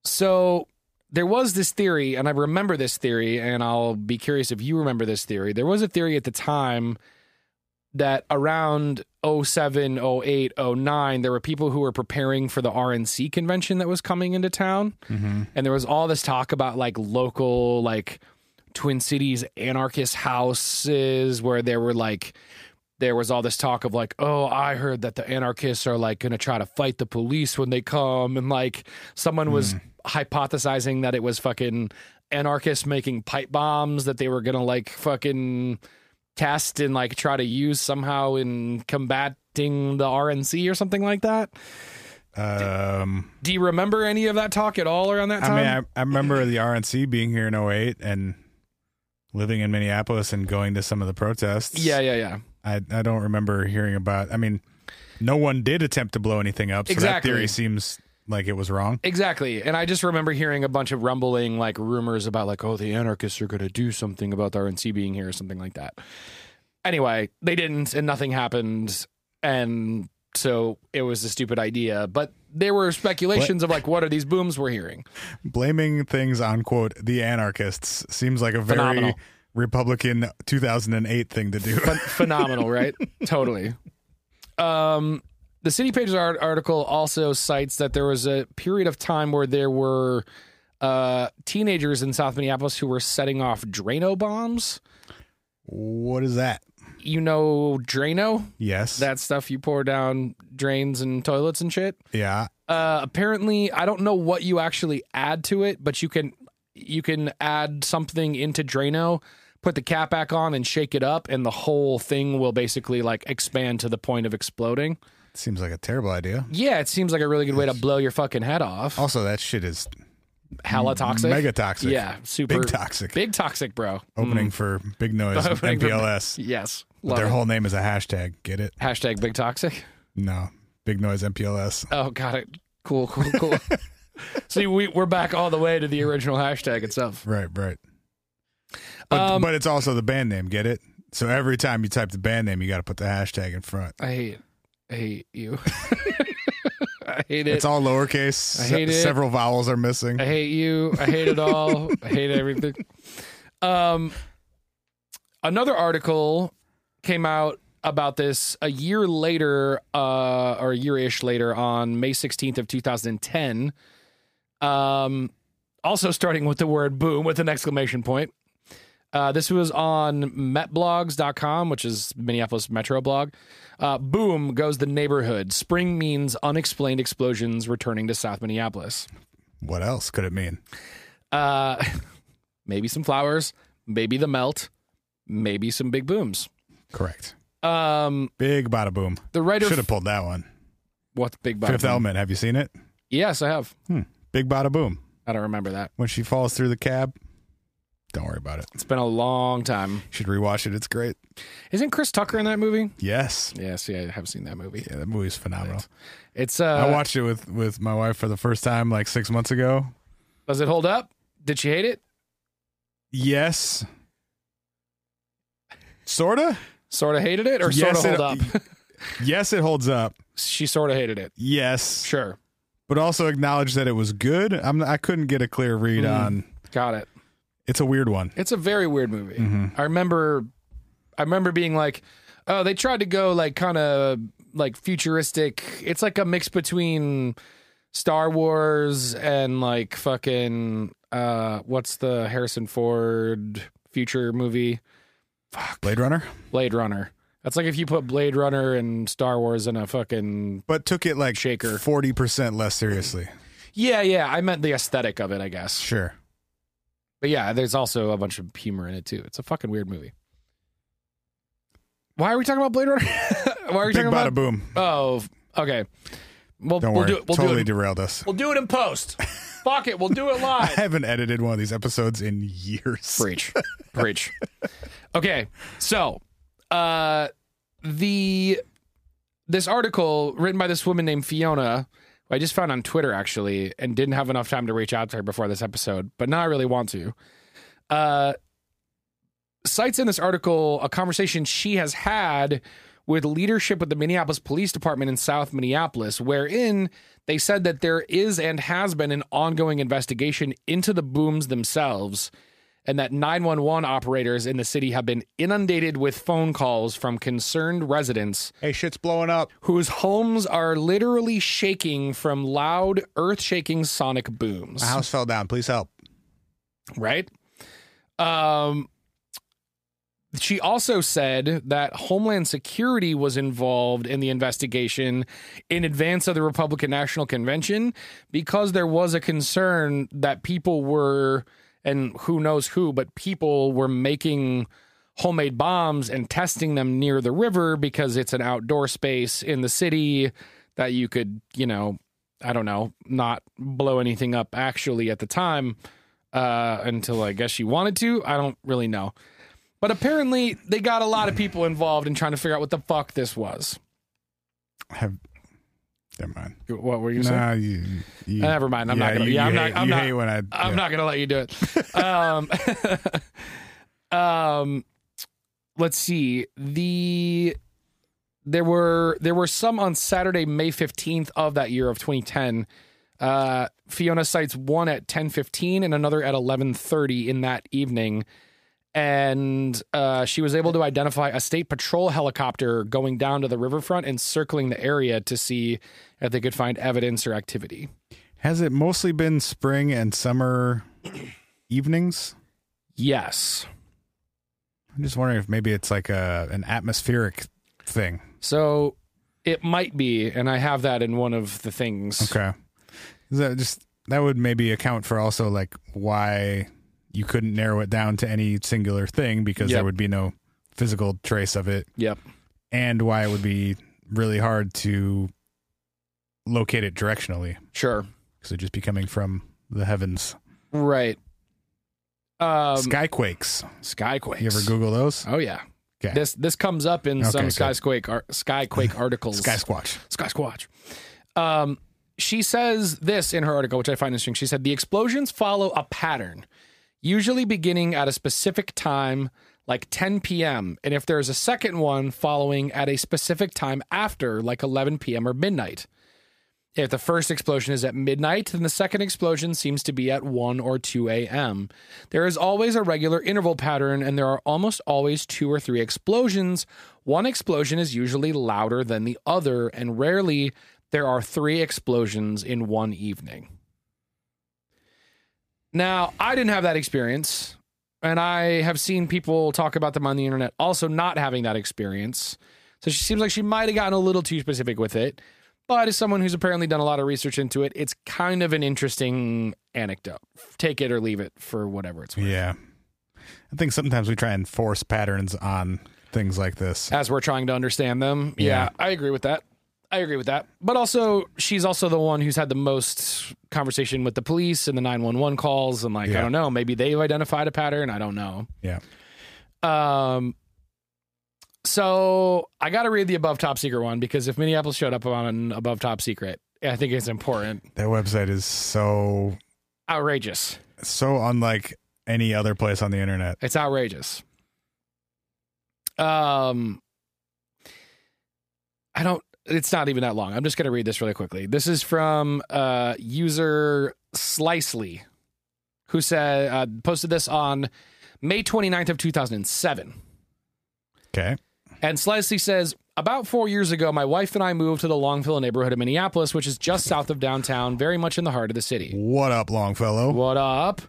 Speaker 2: so there was this theory, and I remember this theory, and I'll be curious if you remember this theory. There was a theory at the time that around 07, 08, 09, there were people who were preparing for the RNC convention that was coming into town. And there was all this talk about like local, like Twin Cities anarchist houses where there were like there was all this talk of like, oh, I heard that the anarchists are like going to try to fight the police when they come. And like someone was hypothesizing that it was fucking anarchists making pipe bombs that they were going to like fucking test and like try to use somehow in combating the RNC or something like that.
Speaker 1: Um,
Speaker 2: Do you remember any of that talk at all around that
Speaker 1: I
Speaker 2: time?
Speaker 1: mean, I, I remember the RNC being here in 08 and living in Minneapolis and going to some of the protests.
Speaker 2: yeah, yeah, yeah.
Speaker 1: I, I don't remember hearing about. I mean, no one did attempt to blow anything up. So
Speaker 2: Exactly.
Speaker 1: that theory seems like it was wrong.
Speaker 2: Exactly. And I just remember hearing a bunch of rumbling like rumors about like, oh, the anarchists are gonna do something about the RNC being here or something like that. Anyway, they didn't and nothing happened. And so it was a stupid idea. But there were speculations of like what are these booms we're hearing?
Speaker 1: Blaming things on quote the anarchists seems like a very
Speaker 2: Phenomenal.
Speaker 1: Republican 2008 thing to do.
Speaker 2: Phen- phenomenal, right? totally. Um, the City Pages art- article also cites that there was a period of time where there were uh, teenagers in South Minneapolis who were setting off Drano bombs.
Speaker 1: what is that?
Speaker 2: You know Drano,
Speaker 1: Yes.
Speaker 2: that stuff you pour down drains and toilets and shit.
Speaker 1: yeah.
Speaker 2: Uh, apparently, I don't know what you actually add to it, but you can you can add something into Drano, put the cap back on, and shake it up, and the whole thing will basically like expand to the point of exploding.
Speaker 1: Seems like a terrible idea.
Speaker 2: Yeah, it seems like a really good way to blow your fucking head off.
Speaker 1: Also, that shit is
Speaker 2: Hella toxic,
Speaker 1: Oh, mega toxic.
Speaker 2: Yeah, super
Speaker 1: Big toxic.
Speaker 2: big toxic, bro.
Speaker 1: Opening for Big Noise,
Speaker 2: Opening for-
Speaker 1: MPLS.
Speaker 2: Yes,
Speaker 1: But
Speaker 2: love
Speaker 1: their
Speaker 2: it.
Speaker 1: whole name is a hashtag. Get it?
Speaker 2: hashtag big toxic.
Speaker 1: No. Big Noise MPLS.
Speaker 2: Oh, got it. Cool, cool, cool. See, we, we're back all the way to the original hashtag itself.
Speaker 1: Right, right. But,
Speaker 2: Um,
Speaker 1: but it's also the band name. Get it? So every time you type the band name, you got to put the hashtag in front.
Speaker 2: I hate, I hate you. I hate it.
Speaker 1: It's all lowercase.
Speaker 2: I hate
Speaker 1: Se-
Speaker 2: it.
Speaker 1: Several vowels are missing.
Speaker 2: I hate you. I hate it all. I hate everything. Um, another article came out about this a year later, uh, or a year ish later on May 16th of 2010. Um, also starting with the word boom with an exclamation point. Uh, this was on metblogs.com, which is Minneapolis Metro blog. Uh, boom goes the neighborhood. Spring means unexplained explosions returning to South Minneapolis
Speaker 1: What else could it mean?
Speaker 2: uh, maybe some flowers, maybe the melt, maybe some big booms.
Speaker 1: Correct.
Speaker 2: Um,
Speaker 1: Big bada boom.
Speaker 2: the writer,
Speaker 1: Should have pulled that one.
Speaker 2: what's big bada
Speaker 1: Fifth
Speaker 2: boom?
Speaker 1: Element. Have you seen it?
Speaker 2: Yes, I have.
Speaker 1: Big bada boom.
Speaker 2: I don't remember that.
Speaker 1: When she falls through the cab, don't worry about it.
Speaker 2: It's been a long time.
Speaker 1: Should rewatch it. It's great.
Speaker 2: Isn't Chris Tucker in that movie?
Speaker 1: Yes.
Speaker 2: Yeah, see, I have seen that movie.
Speaker 1: Yeah, that movie's phenomenal.
Speaker 2: It's uh,
Speaker 1: I watched it with with my wife for the first time like six months ago.
Speaker 2: does it hold up? Did she hate it?
Speaker 1: Yes. Sorta.
Speaker 2: Sort of hated it, or
Speaker 1: Yes,
Speaker 2: sort
Speaker 1: it-
Speaker 2: of hold up?
Speaker 1: Yes, it holds up.
Speaker 2: she sort of hated it.
Speaker 1: Yes,
Speaker 2: Sure,
Speaker 1: but also acknowledge that it was good. I'm I couldn't get a clear
Speaker 2: Hmm.
Speaker 1: read on.
Speaker 2: got it.
Speaker 1: It's a weird one.
Speaker 2: It's a very weird movie. I remember, I remember being like, oh, they tried to go like kind of like futuristic. It's like a mix between Star Wars and like fucking uh, what's the Harrison Ford future movie
Speaker 1: Blade Runner,
Speaker 2: Blade Runner. That's like if you put Blade Runner and Star Wars in a fucking
Speaker 1: but took it like
Speaker 2: Shaker.
Speaker 1: forty percent less seriously.
Speaker 2: yeah yeah. I meant the aesthetic of it, I guess.
Speaker 1: Sure.
Speaker 2: But yeah, there's also a bunch of humor in it too. It's a fucking weird movie. Why are we talking about Blade Runner? Why are we
Speaker 1: Big
Speaker 2: talking
Speaker 1: bada
Speaker 2: about
Speaker 1: boom.
Speaker 2: Oh, f- okay. We'll,
Speaker 1: Don't
Speaker 2: we'll
Speaker 1: worry.
Speaker 2: do it. We'll
Speaker 1: totally
Speaker 2: do it.
Speaker 1: derailed us.
Speaker 2: we'll do it in post. Fuck it. We'll do it
Speaker 1: I
Speaker 2: live.
Speaker 1: haven't edited one of these episodes in years.
Speaker 2: Preach. Preach. Okay. So, uh, the this article written by this woman named Fiona, who I just found on Twitter actually, and didn't have enough time to reach out to her before this episode, but now I really want to. Uh, cites in this article a conversation she has had with leadership with the Minneapolis Police Department in South Minneapolis, wherein they said that there is and has been an ongoing investigation into the booms themselves, and that 911 operators in the city have been inundated with phone calls from concerned residents
Speaker 1: Hey, shit's blowing up.
Speaker 2: whose homes are literally shaking from loud, earth shaking sonic booms.
Speaker 1: My house fell down. Please help.
Speaker 2: Right? Um, she also said that Homeland Security was involved in the investigation in advance of the Republican National Convention because there was a concern that people were, and who knows who, but people were making homemade bombs and testing them near the river because it's an outdoor space in the city that you could, you know, I don't know, not blow anything up actually at the time uh, until I guess she wanted to. I don't really know. But apparently, they got a lot of people involved in trying to figure out what the fuck this was.
Speaker 1: Have. Never mind.
Speaker 2: What were you saying?
Speaker 1: Nah, you, you-
Speaker 2: Never mind. I'm not gonna-
Speaker 1: You,
Speaker 2: yeah,
Speaker 1: you
Speaker 2: I'm not-
Speaker 1: hate,
Speaker 2: I'm
Speaker 1: you
Speaker 2: not-
Speaker 1: hate when I.
Speaker 2: I'm
Speaker 1: yeah.
Speaker 2: not gonna let you do it. Um, um, let's see. The there were there were some on Saturday, May fifteenth of that year of 2010. Uh, Fiona cites one at 10:15 and another at 11:30 in that evening, and uh, she was able to identify a state patrol helicopter going down to the riverfront and circling the area to see if they could find evidence or activity.
Speaker 1: Has it mostly been spring and summer evenings?
Speaker 2: Yes.
Speaker 1: I'm just wondering if maybe it's like a an atmospheric thing.
Speaker 2: So it might be, and I have that in one of the things.
Speaker 1: Okay. Is that just that would maybe account for also like why you couldn't narrow it down to any singular thing because
Speaker 2: Yep.
Speaker 1: there would be no physical trace of it
Speaker 2: Yep.
Speaker 1: and why it would be really hard to locate it directionally
Speaker 2: Sure.
Speaker 1: because it'd just be coming from the heavens.
Speaker 2: Right. Um,
Speaker 1: Skyquakes.
Speaker 2: skyquakes.
Speaker 1: You ever Google those?
Speaker 2: oh yeah.
Speaker 1: 'Kay.
Speaker 2: This this comes up in
Speaker 1: Okay,
Speaker 2: some
Speaker 1: good.
Speaker 2: skysquake ar- skyquake articles.
Speaker 1: Sky squash.
Speaker 2: Sky Squatch. Um, she says this in her article, which I find interesting. She said the explosions follow a pattern, usually beginning at a specific time, like 10 p.m., and if there's a second one following at a specific time after, like 11 p.m. or midnight. If the first explosion is at midnight, then the second explosion seems to be at 1 or 2 a.m. There is always a regular interval pattern, and there are almost always two or three explosions. One explosion is usually louder than the other, and rarely there are three explosions in one evening. Now, I didn't have that experience, and I have seen people talk about them on the internet also not having that experience. So she seems like she might have gotten a little too specific with it. But as someone who's apparently done a lot of research into it, it's kind of an interesting anecdote. Take it or leave it for whatever it's worth.
Speaker 1: Yeah. I think sometimes we try and force patterns on things like this.
Speaker 2: As we're trying to understand them. Yeah,
Speaker 1: Yeah.
Speaker 2: I agree with that. I agree with that. But also, she's also the one who's had the most conversation with the police and the 911 calls. And, like, I
Speaker 1: Yeah.
Speaker 2: don't know, maybe they've identified a pattern. I don't know.
Speaker 1: Yeah.
Speaker 2: Um, so I got to read the above top secret one because if Minneapolis showed up on above top secret, I think it's important.
Speaker 1: Their website is so
Speaker 2: Outrageous.
Speaker 1: so unlike any other place on the internet.
Speaker 2: It's outrageous. Um, I don't. It's not even that long. I'm just going to read this really quickly. This is from uh, user Slicely, who said uh, posted this on May 29th of 2007.
Speaker 1: Okay.
Speaker 2: And Slicely says, about four years ago, my wife and I moved to the Longfellow neighborhood of Minneapolis, which is just south of downtown, very much in the heart of the city.
Speaker 1: What up, Longfellow?
Speaker 2: What up?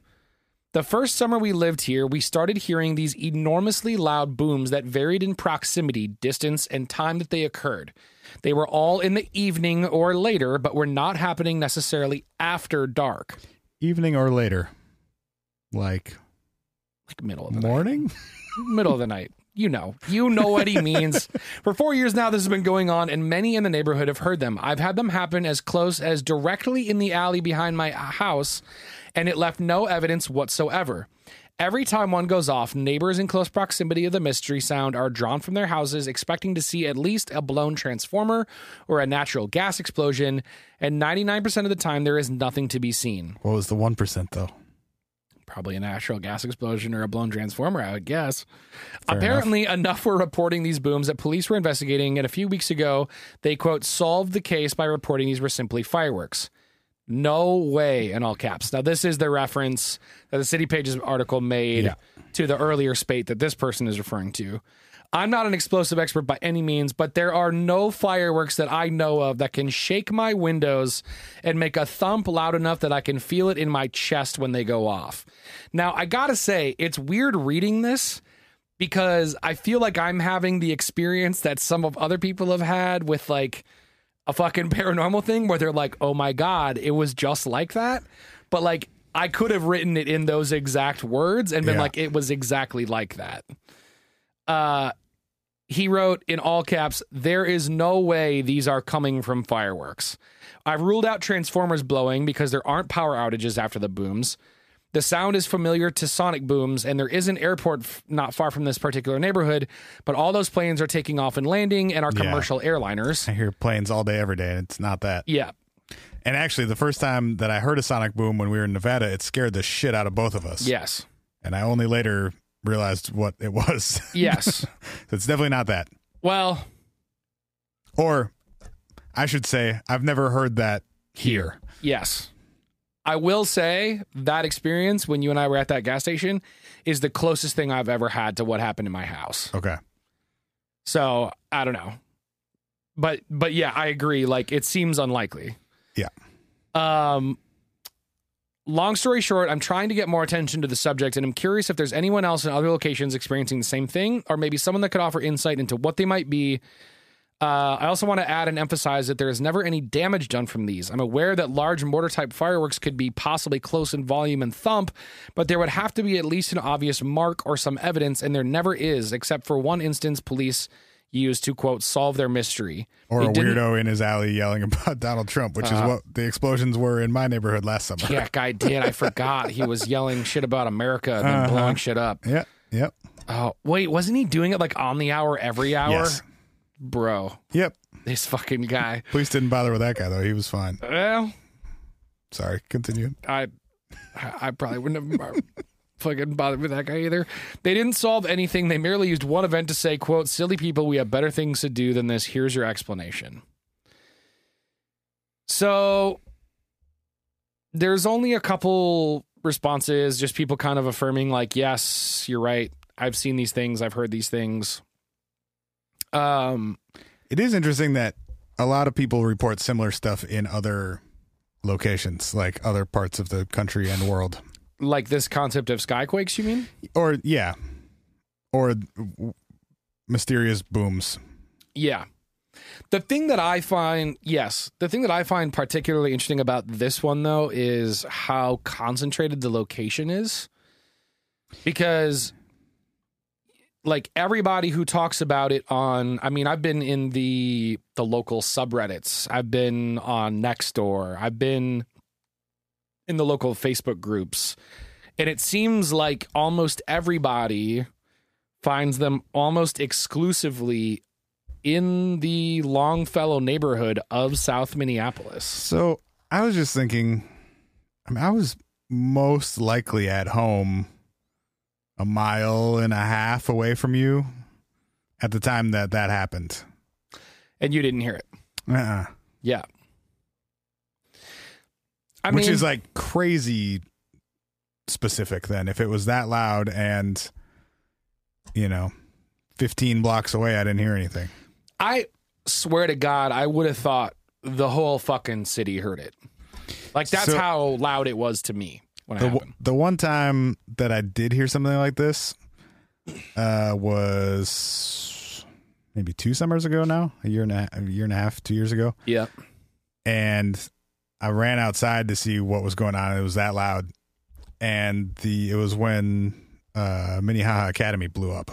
Speaker 2: The first summer we lived here, we started hearing these enormously loud booms that varied in proximity, distance, and time that they occurred. They were all in the evening or later, but were not happening necessarily after dark,
Speaker 1: Evening or later? Like
Speaker 2: like middle of the night.
Speaker 1: morning?
Speaker 2: middle of the night. You know, you know what he means. For four years now, this has been going on, and many in the neighborhood have heard them. I've had them happen as close as directly in the alley behind my house, and it left no evidence whatsoever. Every time one goes off, neighbors in close proximity of the mystery sound are drawn from their houses, expecting to see at least a blown transformer or a natural gas explosion, and 99% of the time, there is nothing to be seen.
Speaker 1: What was the one percent though?
Speaker 2: Probably a natural gas explosion or a blown transformer, I would guess. Apparently, enough. were reporting these booms that police were investigating, and a few weeks ago, they quote solved the case by reporting these were simply fireworks. No way, in all caps. Now, this is the reference that the City Pages article made
Speaker 1: Yeah.
Speaker 2: to the earlier spate that this person is referring to. I'm not an explosive expert by any means, but there are no fireworks that I know of that can shake my windows and make a thump loud enough that I can feel it in my chest when they go off. Now, I gotta say, it's weird reading this because I feel like I'm having the experience that some of other people have had with like a fucking paranormal thing where they're like, oh my God, it was just like that. But like, I could have written it in those exact words and been
Speaker 1: Yeah.
Speaker 2: like, it was exactly like that. Uh, he wrote in all caps, there is no way these are coming from fireworks. I've ruled out transformers blowing because there aren't power outages after the booms. The sound is familiar to sonic booms, and there is an airport f- not far from this particular neighborhood, but all those planes are taking off and landing and are
Speaker 1: Yeah.
Speaker 2: commercial airliners.
Speaker 1: I hear planes all day every day and it's not that.
Speaker 2: Yeah.
Speaker 1: And actually the first time that I heard a sonic boom when we were in Nevada, it scared the shit out of both of us.
Speaker 2: Yes.
Speaker 1: And I only later realized what it was.
Speaker 2: Yes.
Speaker 1: it's definitely not that.
Speaker 2: well,
Speaker 1: Or I should say I've never heard that here.
Speaker 2: yes. I will say that experience when you and I were at that gas station is the closest thing I've ever had to what happened in my house.
Speaker 1: Okay.
Speaker 2: So I don't know, but but yeah, I agree. Like it seems unlikely.
Speaker 1: Yeah.
Speaker 2: Um. Long story short, I'm trying to get more attention to the subject, and I'm curious if there's anyone else in other locations experiencing the same thing, or maybe someone that could offer insight into what they might be. Uh, I also want to add and emphasize that there is never any damage done from these. I'm aware that large mortar type fireworks could be possibly close in volume and thump, but there would have to be at least an obvious mark or some evidence, and there never is, except for one instance police used to quote solve their mystery.
Speaker 1: Or
Speaker 2: They
Speaker 1: a
Speaker 2: didn't- Uh-huh.
Speaker 1: weirdo in his alley yelling about Donald Trump, which is what the explosions were in my neighborhood last summer.
Speaker 2: Yeah, I did. I forgot he was yelling shit about America and then blowing shit up.
Speaker 1: Yep. Yep.
Speaker 2: Oh wait, wasn't he doing it like on the hour, every hour?
Speaker 1: Yes.
Speaker 2: Bro,
Speaker 1: Yep.
Speaker 2: this fucking guy.
Speaker 1: Police didn't bother with that guy though. He was fine.
Speaker 2: Well,
Speaker 1: Sorry. Continue.
Speaker 2: I I probably wouldn't have bar- fucking bothered with that guy either. They didn't solve anything. They merely used one event to say, quote, silly people, we have better things to do than this. Here's your explanation. So there's only a couple responses, just people kind of affirming, like, yes, you're right. I've seen these things, I've heard these things. Um
Speaker 1: It is interesting that a lot of people report similar stuff in other locations, like other parts of the country and world.
Speaker 2: like this concept of skyquakes, you mean?
Speaker 1: Or yeah. Or w- mysterious booms.
Speaker 2: Yeah. The thing that I find, yes, the thing that I find particularly interesting about this one though is how concentrated the location is. Because like everybody who talks about it on I mean, I've been in the the local subreddits. I've been on Nextdoor. I've been in the local Facebook groups. And it seems like almost everybody finds them almost exclusively in the Longfellow neighborhood of South Minneapolis.
Speaker 1: So I was just thinking, I mean, I was most likely at home a mile and a half away from you at the time that that happened.
Speaker 2: And you didn't hear it.
Speaker 1: Uh-uh.
Speaker 2: Yeah. I
Speaker 1: Which
Speaker 2: mean,
Speaker 1: is like crazy specific then. If it was that loud and, you know, 15 blocks away, I didn't hear anything.
Speaker 2: I swear to God, I would have thought the whole fucking city heard it. Like, that's
Speaker 1: So-
Speaker 2: how loud it was to me when it
Speaker 1: The,
Speaker 2: happened.
Speaker 1: w- the one time that I did hear something like this uh, was maybe two summers ago now, a year and a, a year and a half, two years ago,
Speaker 2: Yeah.
Speaker 1: and I ran outside to see what was going on. It was that loud, and the it was when uh, Minnehaha Academy blew up,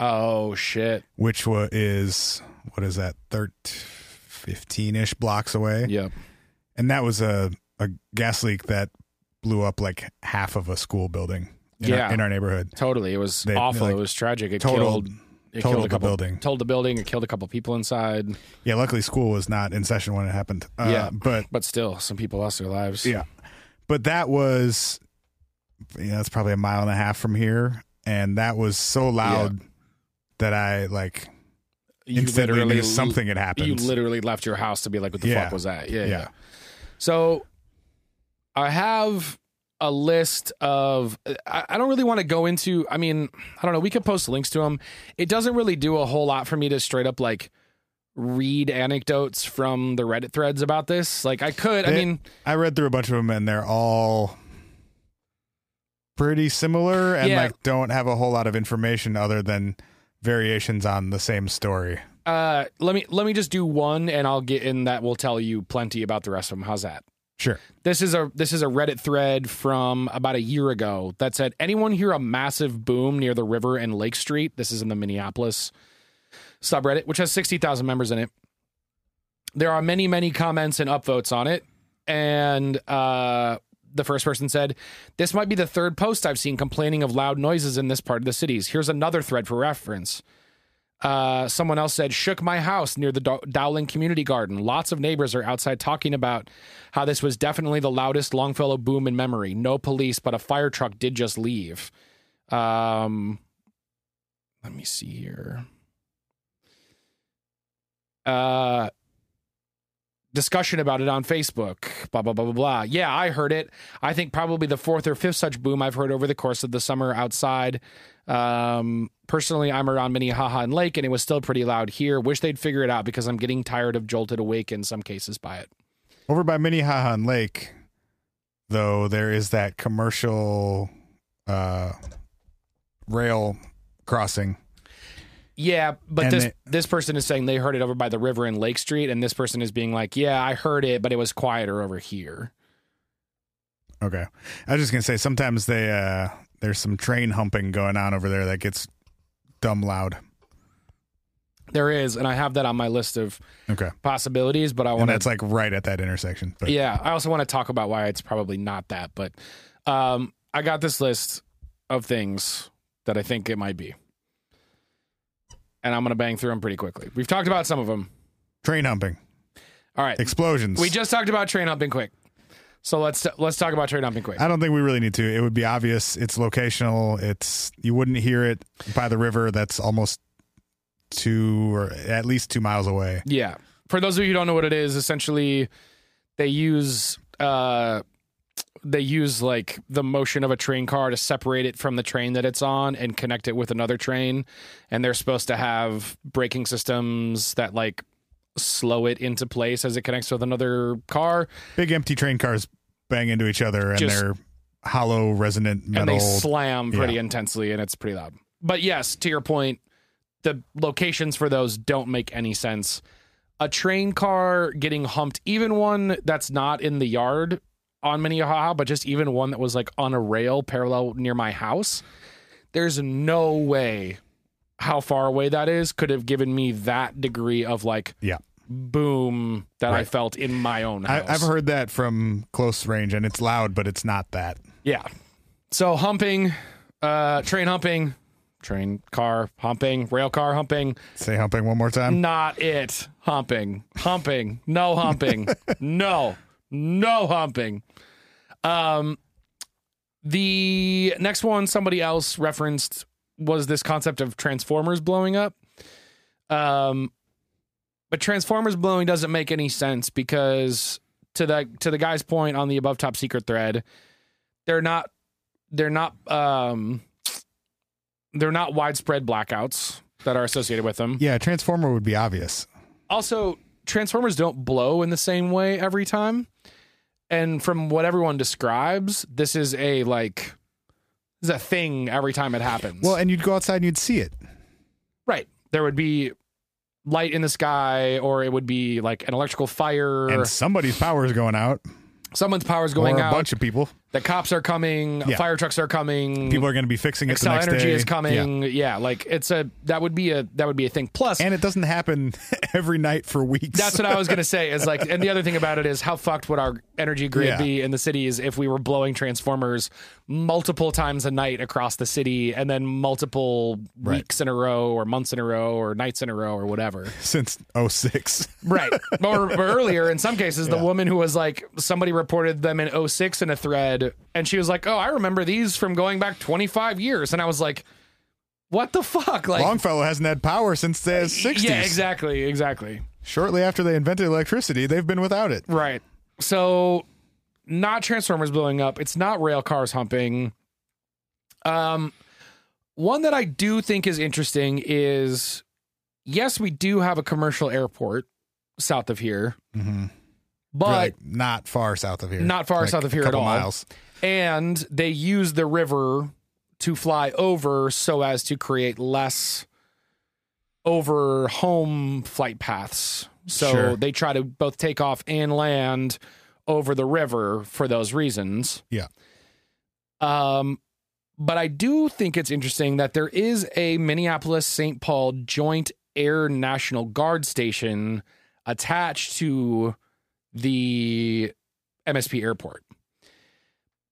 Speaker 2: Oh, shit.
Speaker 1: which wa- is what is that, thirteen, fifteen ish blocks away,
Speaker 2: Yeah.
Speaker 1: and that was a a gas leak that blew up like half of a school building. In
Speaker 2: Yeah.
Speaker 1: our, in our neighborhood.
Speaker 2: Totally. It was
Speaker 1: They-
Speaker 2: awful.
Speaker 1: like,
Speaker 2: it was tragic. It
Speaker 1: totaled-
Speaker 2: killed.
Speaker 1: totaled
Speaker 2: It killed a
Speaker 1: the
Speaker 2: couple,
Speaker 1: building.
Speaker 2: Told the building. It killed a couple people inside.
Speaker 1: Yeah, luckily school was not in session when it happened. Uh,
Speaker 2: Yeah.
Speaker 1: but
Speaker 2: But still, some people lost their lives.
Speaker 1: yeah, but that was yeah, that's probably a mile and a half from here, and that was so loud that I like
Speaker 2: You
Speaker 1: instantly
Speaker 2: literally
Speaker 1: knew something had happened.
Speaker 2: You literally left your house to be like, what the
Speaker 1: Yeah.
Speaker 2: fuck was that? Yeah,
Speaker 1: yeah.
Speaker 2: yeah. So I have a list of, I, I don't really want to go into, I mean, I don't know. We could post links to them. It doesn't really do a whole lot for me to straight up like read anecdotes from the Reddit threads about this. Like I could, I
Speaker 1: They-
Speaker 2: mean,
Speaker 1: I read through a bunch of them, and they're all pretty similar, and
Speaker 2: Yeah.
Speaker 1: like don't have a whole lot of information other than variations on the same story.
Speaker 2: uh, let me, let me just do one and I'll get in that. will tell you plenty about the rest of them. How's that?
Speaker 1: Sure.
Speaker 2: This is a this is a Reddit thread from about a year ago that said, "Anyone hear a massive boom near the river and Lake Street?" This is in the Minneapolis subreddit, which has sixty thousand members in it. There are many many comments and upvotes on it, and uh, the first person said, "This might be the third post I've seen complaining of loud noises in this part of the cities." Here's another thread for reference. Uh, someone else said, shook my house near the Dow- Dowling Community Garden. Lots of neighbors are outside talking about how this was definitely the loudest Longfellow boom in memory. No police, but a fire truck did just leave. Um, let me see here. Uh, discussion about it on Facebook. Blah blah blah blah blah. Yeah, I heard it. I think probably the fourth or fifth such boom I've heard over the course of the summer outside. Um, personally, I'm around Minnehaha and Lake, and it was still pretty loud here. Wish they'd figure it out because I'm getting tired of jolted awake in some cases by it.
Speaker 1: Over by Minnehaha and Lake, though, there is that commercial uh, rail crossing.
Speaker 2: Yeah, but
Speaker 1: And
Speaker 2: this
Speaker 1: they-
Speaker 2: this person is saying they heard it over by the river in Lake Street, and this person is being like, "Yeah, I heard it, but it was quieter over here."
Speaker 1: Okay, I was just gonna say sometimes they uh, there's some train humping going on over there that gets dumb loud.
Speaker 2: There is, and I have that on my list of
Speaker 1: Okay,
Speaker 2: possibilities, but I
Speaker 1: and
Speaker 2: want
Speaker 1: that's
Speaker 2: to.
Speaker 1: like right at that intersection. But
Speaker 2: Yeah, I also want to talk about why it's probably not that, but um, I got this list of things that I think it might be, and I'm gonna bang through them pretty quickly. We've talked about some of them.
Speaker 1: train humping,
Speaker 2: All right,
Speaker 1: explosions.
Speaker 2: we just talked about train humping quick, so let's let's talk about train humping quick.
Speaker 1: I don't think we really need to. It would be obvious. It's locational. It's you wouldn't hear it by the river. That's almost two or at least two miles away.
Speaker 2: Yeah. For those of you who don't know what it is, essentially they use uh they use like the motion of a train car to separate it from the train that it's on and connect it with another train and they're supposed to have braking systems that like slow it into place as it connects with another car
Speaker 1: Big empty train cars bang into each other, and
Speaker 2: Just-
Speaker 1: they're hollow, resonant
Speaker 2: and
Speaker 1: metal.
Speaker 2: they slam pretty
Speaker 1: yeah.
Speaker 2: intensely and it's pretty loud. But yes, to your point, the locations for those don't make any sense. A train car getting humped, even one that's not in the yard on Minnehaha, but just even one that was like on a rail parallel near my house, there's no way how far away that is could have given me that degree of like
Speaker 1: yeah,
Speaker 2: boom that I
Speaker 1: Right.
Speaker 2: felt in my own house.
Speaker 1: I, I've heard that from close range, and it's loud, but it's not that.
Speaker 2: Yeah. So humping, uh, train humping, train car humping, rail car humping.
Speaker 1: Say humping one more time.
Speaker 2: Not it. Humping, humping, no humping, no, no humping. Um, the next one somebody else referenced was this concept of Transformers blowing up. Um, but Transformers blowing doesn't make any sense because to the to the guy's point on the above top secret thread, they're not they're not um they're not widespread blackouts that are associated with them.
Speaker 1: Yeah, transformer would be obvious.
Speaker 2: Also, Transformers don't blow in the same way every time. And from what everyone describes, this is a like this is a thing every time it happens.
Speaker 1: Well, and you'd go outside and you'd see it.
Speaker 2: right. There would be light in the sky or it would be like an electrical fire
Speaker 1: And somebody's power is going out,
Speaker 2: someone's power's
Speaker 1: or
Speaker 2: going
Speaker 1: a
Speaker 2: out
Speaker 1: bunch of people.
Speaker 2: the cops are coming
Speaker 1: Yeah.
Speaker 2: fire trucks are coming
Speaker 1: People are going to be fixing it the
Speaker 2: Excel
Speaker 1: next
Speaker 2: energy
Speaker 1: day.
Speaker 2: is
Speaker 1: Yeah.
Speaker 2: coming yeah. like it's a that would be a that would be a thing plus
Speaker 1: and it doesn't happen every night for weeks.
Speaker 2: That's what I was gonna say. Is like, and the other thing about it is how fucked would our energy grid
Speaker 1: Yeah.
Speaker 2: be in the cities if we were blowing transformers multiple times a night across the city, and then multiple weeks in a row, or months in a row, or nights in a row, or whatever.
Speaker 1: since 06.
Speaker 2: Right. or, or earlier, in some cases, the woman who was like, somebody reported them in 06 in a thread, and she was like, "Oh, I remember these from going back 25 years," and I was like, "What the fuck?" Like,
Speaker 1: Longfellow hasn't had power since the 60s.
Speaker 2: yeah, exactly, exactly.
Speaker 1: Shortly after they invented electricity, they've been without it.
Speaker 2: Right. So not Transformers blowing up. It's not rail cars humping. Um one that I do think is interesting is yes, we do have a commercial airport south of here. But
Speaker 1: We're, like not far south of here.
Speaker 2: Not far
Speaker 1: Like,
Speaker 2: south of here
Speaker 1: a couple
Speaker 2: at all.
Speaker 1: miles.
Speaker 2: and they use the river to fly over so as to create less over home flight paths. So
Speaker 1: Sure.
Speaker 2: they try to both take off and land over the river for those reasons.
Speaker 1: Yeah.
Speaker 2: Um but I do think it's interesting that there is a Minneapolis St. Paul joint air National Guard station attached to the MSP airport.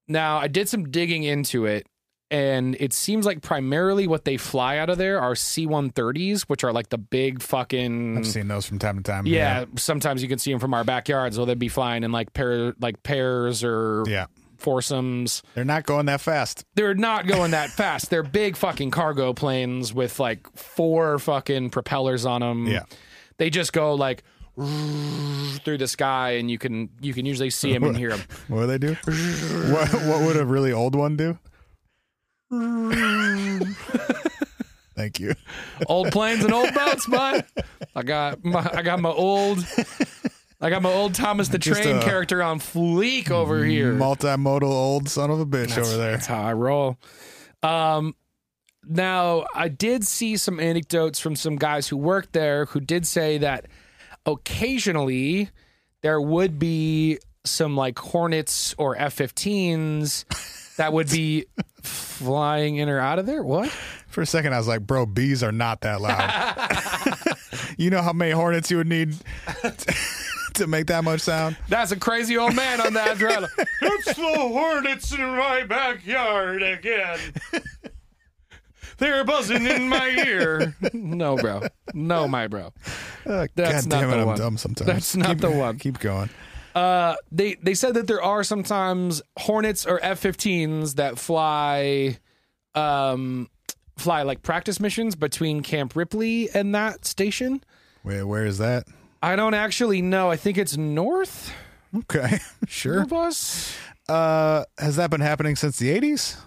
Speaker 2: Now, I did some digging into it, and it seems like primarily what they fly out of there are C 130s, which are like the big fucking.
Speaker 1: I've seen those from time to time.
Speaker 2: yeah, sometimes you can see them from our backyards. Well, they'd be flying in like pair, like pairs or
Speaker 1: Yeah. Yeah.
Speaker 2: foursomes.
Speaker 1: They're not going that fast.
Speaker 2: They're not going that fast. They're big fucking cargo planes with like four fucking propellers on them.
Speaker 1: Yeah.
Speaker 2: they just go like through the sky, and you can you can usually see him and hear him.
Speaker 1: What do they do? what What would a really old one do? Thank you.
Speaker 2: Old planes and old boats, bud. I got my I got my old I got my old Thomas the
Speaker 1: Just
Speaker 2: Train
Speaker 1: a-
Speaker 2: character on fleek over here.
Speaker 1: Multimodal old son of a bitch over there.
Speaker 2: That's how I roll. Um, now I did see some anecdotes from some guys who worked there who did say that occasionally there would be some like Hornets or F-15s that would be flying in or out of there. What?
Speaker 1: For a second, I was like, "Bro, bees are not that loud." you know how many hornets you would need to make that much sound?
Speaker 2: That's a crazy old man on that adrenaline. it's the hornets in my backyard again. They're buzzing in my ear. No, bro. No, my bro.
Speaker 1: Uh,
Speaker 2: That's
Speaker 1: God
Speaker 2: not
Speaker 1: damn
Speaker 2: the
Speaker 1: it, I'm
Speaker 2: one.
Speaker 1: dumb sometimes.
Speaker 2: That's not
Speaker 1: Keep-
Speaker 2: the one.
Speaker 1: Keep going.
Speaker 2: Uh, they they said that there are sometimes Hornets or F-15s that fly, um, fly like practice missions between Camp Ripley and that station.
Speaker 1: Wait, where is that?
Speaker 2: I don't actually know. I think it's north
Speaker 1: Okay, sure.
Speaker 2: of us.
Speaker 1: Uh, has that been happening since the '80s?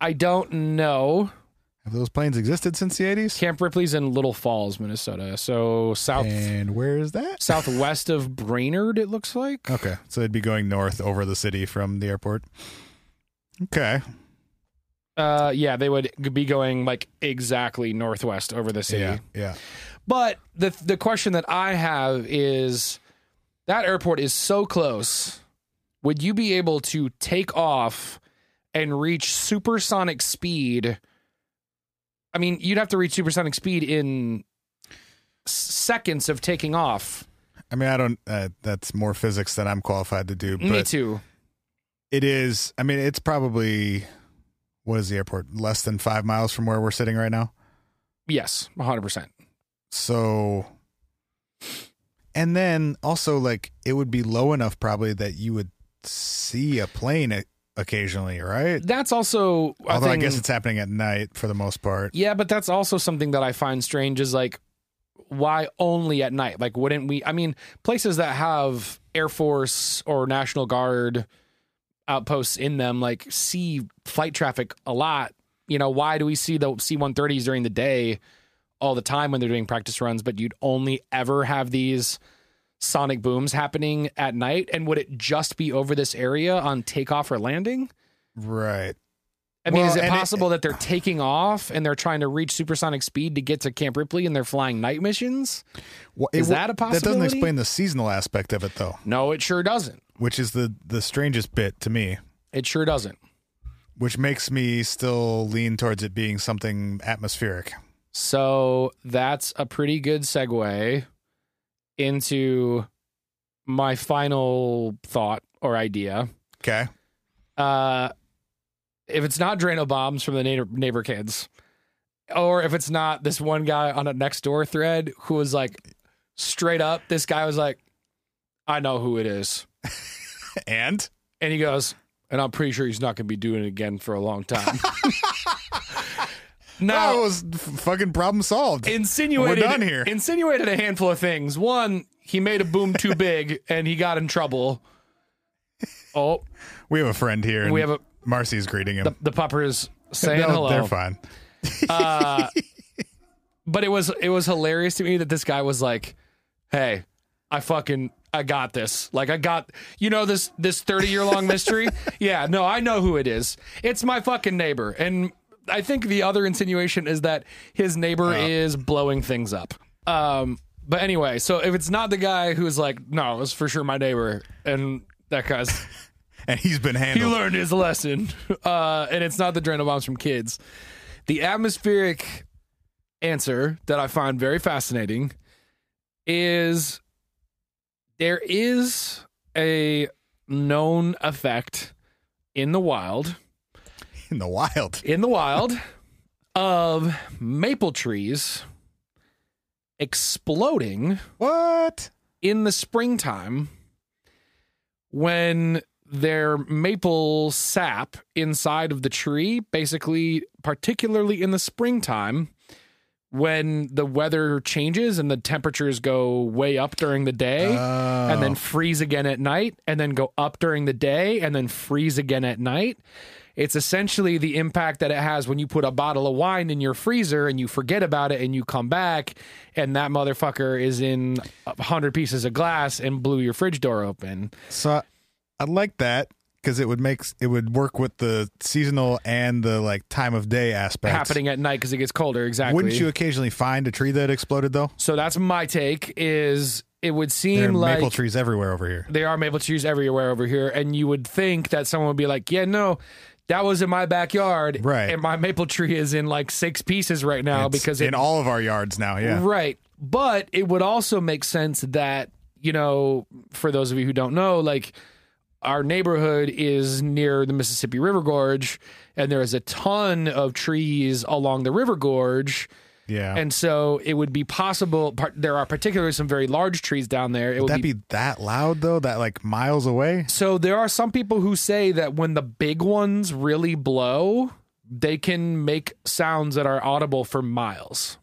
Speaker 2: I don't know.
Speaker 1: Have those planes existed since the '80s?
Speaker 2: Camp Ripley's in Little Falls, Minnesota. So south
Speaker 1: And where is that?
Speaker 2: southwest of Brainerd, it looks like.
Speaker 1: Okay, so they'd be going north over the city from the airport. Okay,
Speaker 2: Uh, yeah, they would be going like exactly northwest over the city.
Speaker 1: yeah, yeah.
Speaker 2: But the the question that I have is that airport is so close. Would you be able to take off and reach supersonic speed? I mean, you'd have to reach supersonic speed in s- seconds of taking off.
Speaker 1: I mean, I don't. Uh, that's more physics than I'm qualified to do. But
Speaker 2: Me too.
Speaker 1: It is. I mean, it's probably what is the airport? Less than five miles from where we're sitting right now.
Speaker 2: Yes, 100%.
Speaker 1: So, and then also like it would be low enough probably that you would see a plane o- occasionally, right?
Speaker 2: That's also a
Speaker 1: Although I
Speaker 2: thing-
Speaker 1: guess it's happening at night for the most part.
Speaker 2: Yeah, but that's also something that I find strange is like why only at night? Like wouldn't we I mean, places that have Air Force or National Guard outposts in them like see flight traffic a lot. You know, why do we see the C-130s during the day all the time when they're doing practice runs, but you'd only ever have these sonic booms happening at night and would it just be over this area on takeoff or landing?
Speaker 1: Right.
Speaker 2: I mean,
Speaker 1: Well,
Speaker 2: is it
Speaker 1: and it-
Speaker 2: possible that they're taking off and they're trying to reach supersonic speed to get to Camp Ripley and they're flying night missions?
Speaker 1: Well,
Speaker 2: Is that a
Speaker 1: That doesn't
Speaker 2: possibility?
Speaker 1: explain the seasonal aspect of it though,
Speaker 2: No, it sure doesn't.
Speaker 1: which is the the strangest bit to me.
Speaker 2: It sure doesn't.
Speaker 1: Which makes me still lean towards it being something atmospheric.
Speaker 2: So that's a pretty good segue into my final thought or idea.
Speaker 1: Okay.
Speaker 2: Uh, if it's not Drano bombs from the neighbor, neighbor kids, or if it's not this one guy on a next door thread who was like, straight up, this guy was like, I know who it is.
Speaker 1: And
Speaker 2: And he goes, and I'm pretty sure he's not going to be doing it again for a long time. now,
Speaker 1: oh, it was f- fucking problem solved.
Speaker 2: insinuated,
Speaker 1: We're done here.
Speaker 2: insinuated a handful of things. One, he made a boom too big and he got in trouble. Oh,
Speaker 1: we have a friend here. and
Speaker 2: We have a-
Speaker 1: Marcy's greeting him.
Speaker 2: the, the puppers saying
Speaker 1: No,
Speaker 2: hello.
Speaker 1: They're fine.
Speaker 2: But it was it was hilarious to me that this guy was like, "Hey, I fucking I got this. Like I got you know this this 30 year long mystery? yeah, no, I know who it is. It's my fucking neighbor." And I think the other insinuation is that his neighbor is blowing things up. Um but anyway, so if it's not the guy who's like, "No, it's for sure my neighbor." And that guy's
Speaker 1: And he's been
Speaker 2: he
Speaker 1: handled.
Speaker 2: learned his lesson. Uh, and it's not the adrenal bombs from kids. The atmospheric answer that I find very fascinating is there is a known effect in the wild
Speaker 1: in the wild.
Speaker 2: in the wild of maple trees exploding
Speaker 1: What?
Speaker 2: in the springtime when their maple sap inside of the tree basically particularly in the springtime when the weather changes and the temperatures go way up during the day and then freeze again at night and then go up during the day and then freeze again at night. It's essentially the impact that it has when you put a bottle of wine in your freezer and you forget about it and you come back and that motherfucker is in a 100 pieces of glass and blew your fridge door open.
Speaker 1: So I, I like that because it would make it would work with the seasonal and the like time of day aspect.
Speaker 2: Happening at night because it gets colder. Exactly.
Speaker 1: Wouldn't you occasionally find a tree that exploded though?
Speaker 2: So that's my take. Is it would seem
Speaker 1: There are
Speaker 2: like
Speaker 1: maple trees everywhere over here.
Speaker 2: there are maple trees everywhere over here, and you would think that someone would be like, "Yeah, no, that was in my backyard,
Speaker 1: Right.
Speaker 2: And my maple tree is in like six pieces right now
Speaker 1: It's
Speaker 2: because it
Speaker 1: in all of our yards now, yeah.
Speaker 2: Right. But it would also make sense that, you know, for those of you who don't know, like our neighborhood is near the Mississippi River Gorge and there is a ton of trees along the river gorge.
Speaker 1: Yeah.
Speaker 2: And so it would be possible par- there are particularly some very large trees down there. It would
Speaker 1: That'd be that loud though, that like miles away.
Speaker 2: so there are some people who say that when the big ones really blow, they can make sounds that are audible for miles.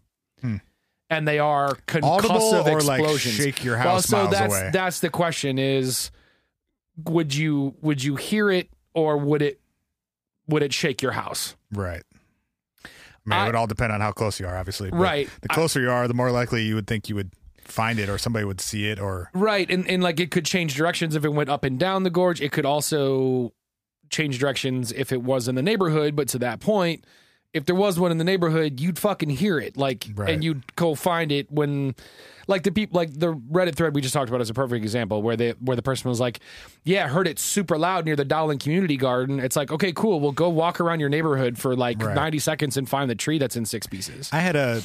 Speaker 2: And they are concussive
Speaker 1: Hmm. Audible or, like,
Speaker 2: explosions.
Speaker 1: shake your
Speaker 2: well,
Speaker 1: house
Speaker 2: so
Speaker 1: miles
Speaker 2: that's
Speaker 1: away?
Speaker 2: that's the question is would you would you hear it or would it would it shake your house?
Speaker 1: Right. I mean,
Speaker 2: I-
Speaker 1: it would all depend on how close you are, obviously. but
Speaker 2: Right.
Speaker 1: The closer you are, the more likely you would think you would find it or somebody would see it or
Speaker 2: Right, and and like it could change directions if it went up and down the gorge. It could also change directions if it was in the neighborhood. But to that point, if there was one in the neighborhood, you'd fucking hear it, like,
Speaker 1: Right.
Speaker 2: and you'd go find it when, like the people, like the Reddit thread we just talked about is a perfect example where the where the person was like, "Yeah, I heard it super loud near the Dowling Community Garden." It's like, okay, cool. We'll go walk around your neighborhood for like
Speaker 1: Right.
Speaker 2: ninety seconds and find the tree that's in six pieces.
Speaker 1: I had a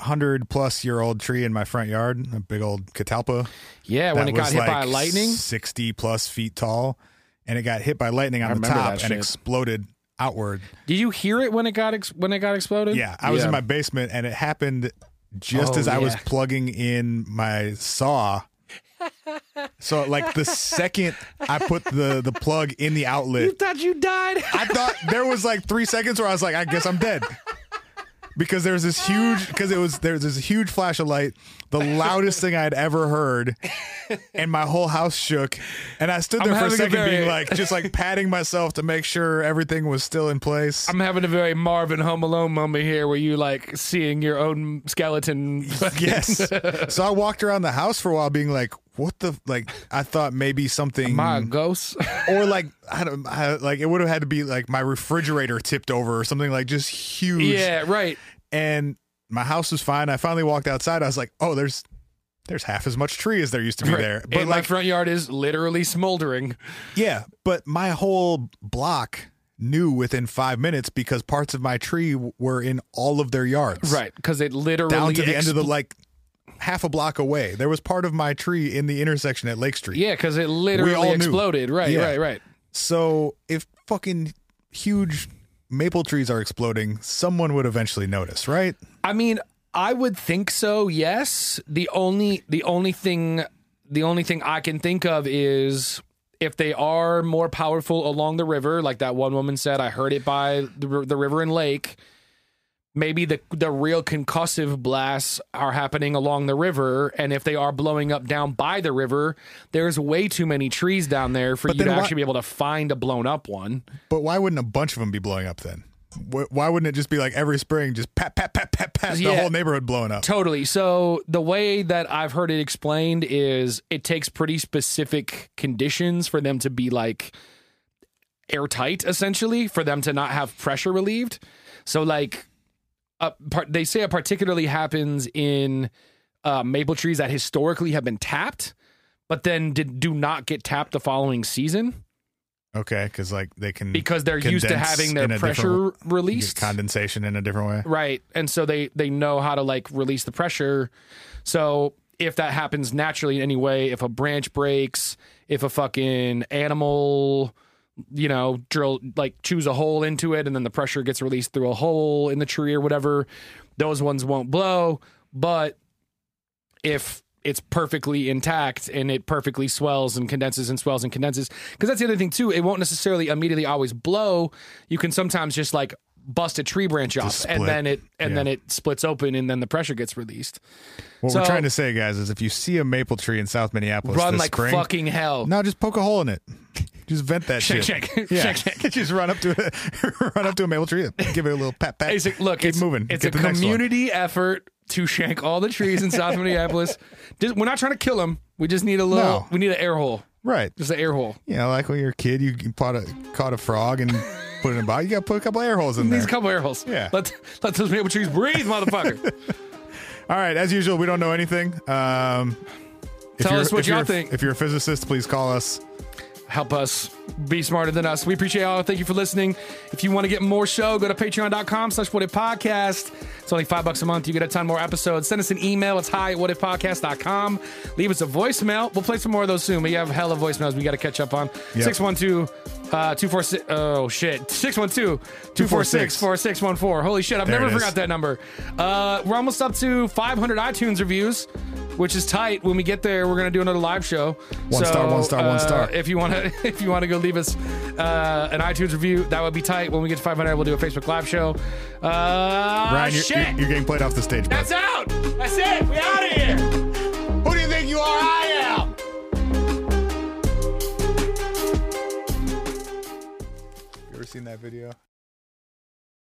Speaker 1: hundred plus year old tree in my front yard, a big old catalpa.
Speaker 2: Yeah, when
Speaker 1: that
Speaker 2: it got
Speaker 1: was,
Speaker 2: hit by
Speaker 1: like,
Speaker 2: lightning.
Speaker 1: 60 plus feet tall and it got hit by lightning on the
Speaker 2: remember
Speaker 1: top
Speaker 2: that
Speaker 1: and
Speaker 2: shit.
Speaker 1: exploded outward
Speaker 2: Did you hear it when it got ex- when it got exploded?
Speaker 1: yeah i was
Speaker 2: Yeah.
Speaker 1: in my basement and it happened just
Speaker 2: Oh,
Speaker 1: as i was
Speaker 2: yeah.
Speaker 1: plugging in my saw so like the second i put the the plug in the outlet
Speaker 2: You thought you died?
Speaker 1: i thought there was like three seconds where i was like i guess i'm dead because there was this huge because it was there was this huge flash of light the loudest thing i had ever heard and my whole house shook and i stood there for a
Speaker 2: having a
Speaker 1: second
Speaker 2: very-
Speaker 1: being like just like patting myself to make sure everything was still in place
Speaker 2: I'm having a very Marvin Home Alone moment here where you like seeing your own skeleton.
Speaker 1: yes so i walked around the house for a while being like what the like i thought maybe something
Speaker 2: My ghost.
Speaker 1: or like I don't I, like it would have had to be like my refrigerator tipped over or something like just huge
Speaker 2: yeah, right.
Speaker 1: and my house was fine. I finally walked outside. I was like, oh, there's there's half as much tree as there used to be there. But
Speaker 2: But my
Speaker 1: like,
Speaker 2: front yard is literally smoldering.
Speaker 1: yeah, but my whole block knew within five minutes because parts of my tree w- were in all of their yards.
Speaker 2: Right, because it literally
Speaker 1: down to the end
Speaker 2: expl-
Speaker 1: of the like half a block away. There was part of my tree in the intersection at Lake Street.
Speaker 2: Yeah, because it literally
Speaker 1: all knew.
Speaker 2: exploded. Right,
Speaker 1: Yeah.
Speaker 2: right, right.
Speaker 1: So if fucking huge maple trees are exploding, someone would eventually notice, right?
Speaker 2: I mean, I would think so. Yes. The only the only thing the only thing I can think of is if they are more powerful along the river, like that one woman said, I heard it by the, r- the river and lake. Maybe the the real concussive blasts are happening along the river, and if they are blowing up down by the river, there's way too many trees down there for you
Speaker 1: then
Speaker 2: to
Speaker 1: why-
Speaker 2: actually be able to find a blown up one.
Speaker 1: But why wouldn't a bunch of them be blowing up then? Wh- Why wouldn't it just be like every spring, just pat, pat, pat, pat, pat,
Speaker 2: Yeah.
Speaker 1: the whole neighborhood blowing up?
Speaker 2: Totally. So the way that I've heard it explained is it takes pretty specific conditions for them to be like airtight, essentially, for them to not have pressure relieved. So like, a part, they say it particularly happens in uh, maple trees that historically have been tapped, but then did, do not get tapped the following season
Speaker 1: Okay, because like they can
Speaker 2: because they're used to
Speaker 1: condense
Speaker 2: having
Speaker 1: in a
Speaker 2: their
Speaker 1: different
Speaker 2: pressure
Speaker 1: w- use
Speaker 2: released.
Speaker 1: condensation in a different way.
Speaker 2: Right. And so they they know how to like release the pressure. So if that happens naturally in any way, if a branch breaks, if a fucking animal, you know, drill like chews a hole into it and then the pressure gets released through a hole in the tree or whatever, those ones won't blow, but if it's perfectly intact and it perfectly swells and condenses and swells and condenses. Because that's the other thing, too. It won't necessarily immediately always blow. You can sometimes just like bust a tree branch off,
Speaker 1: split.
Speaker 2: and then it and
Speaker 1: Yeah.
Speaker 2: then it splits open, and then the pressure gets released.
Speaker 1: What
Speaker 2: So-
Speaker 1: we're trying to say, guys, is if you see a maple tree in South Minneapolis
Speaker 2: Run
Speaker 1: this
Speaker 2: like
Speaker 1: spring,
Speaker 2: fucking hell.
Speaker 1: no, just poke a hole in it. Just vent that
Speaker 2: Shake,
Speaker 1: shit.
Speaker 2: shake.
Speaker 1: yeah.
Speaker 2: Shake, shake.
Speaker 1: just run up to it, run up to a maple tree, give it a little pat, pat.
Speaker 2: It's a- look,
Speaker 1: keep
Speaker 2: it's
Speaker 1: moving.
Speaker 2: It's
Speaker 1: Get
Speaker 2: a
Speaker 1: the next one.
Speaker 2: community effort to shank all the trees in South Minneapolis. Just, we're not trying to kill them. We just need a little.
Speaker 1: No.
Speaker 2: We need an air hole.
Speaker 1: right?
Speaker 2: Just an air hole.
Speaker 1: Yeah, like when you're a kid, you caught a caught a frog and put it in a bottle. You got to put a couple air holes in there.
Speaker 2: These couple air holes.
Speaker 1: Yeah.
Speaker 2: Let let those maple trees breathe, motherfucker.
Speaker 1: All right, as usual, we don't know anything. Um, if
Speaker 2: Tell
Speaker 1: you're-
Speaker 2: us what
Speaker 1: if
Speaker 2: y'all
Speaker 1: you're a-
Speaker 2: think.
Speaker 1: If you're a physicist, please call us.
Speaker 2: Help us be smarter than us. We appreciate y'all. Thank you for listening. If you want to get more show, go to patreon.com slash what if podcast. It's only five bucks a month. You get a ton more episodes. Send us an email. It's hi at whatifpodcast.com. Leave us a voicemail. We'll play some more of those soon. We have hella voicemails we got to catch up on.
Speaker 1: Yep.
Speaker 2: 612 uh, 246. Oh, shit. 612 246 4614. Holy shit. I've
Speaker 1: There
Speaker 2: never
Speaker 1: it is.
Speaker 2: forgot that number. Uh, we're almost up to 500 iTunes reviews, which is tight. When we get there, we're going to do another live show.
Speaker 1: One star, one star, one
Speaker 2: uh,
Speaker 1: star.
Speaker 2: If you want to, if you want to go leave us uh, an iTunes review, that would be tight. When we get to 500, we'll do a Facebook Live show. Uh,
Speaker 1: Ryan, you're,
Speaker 2: shit,
Speaker 1: you're, you're getting played off the stage. bud.
Speaker 2: that's out. That's it. We out of here.
Speaker 1: Who do you think you are? I am. You ever seen that video?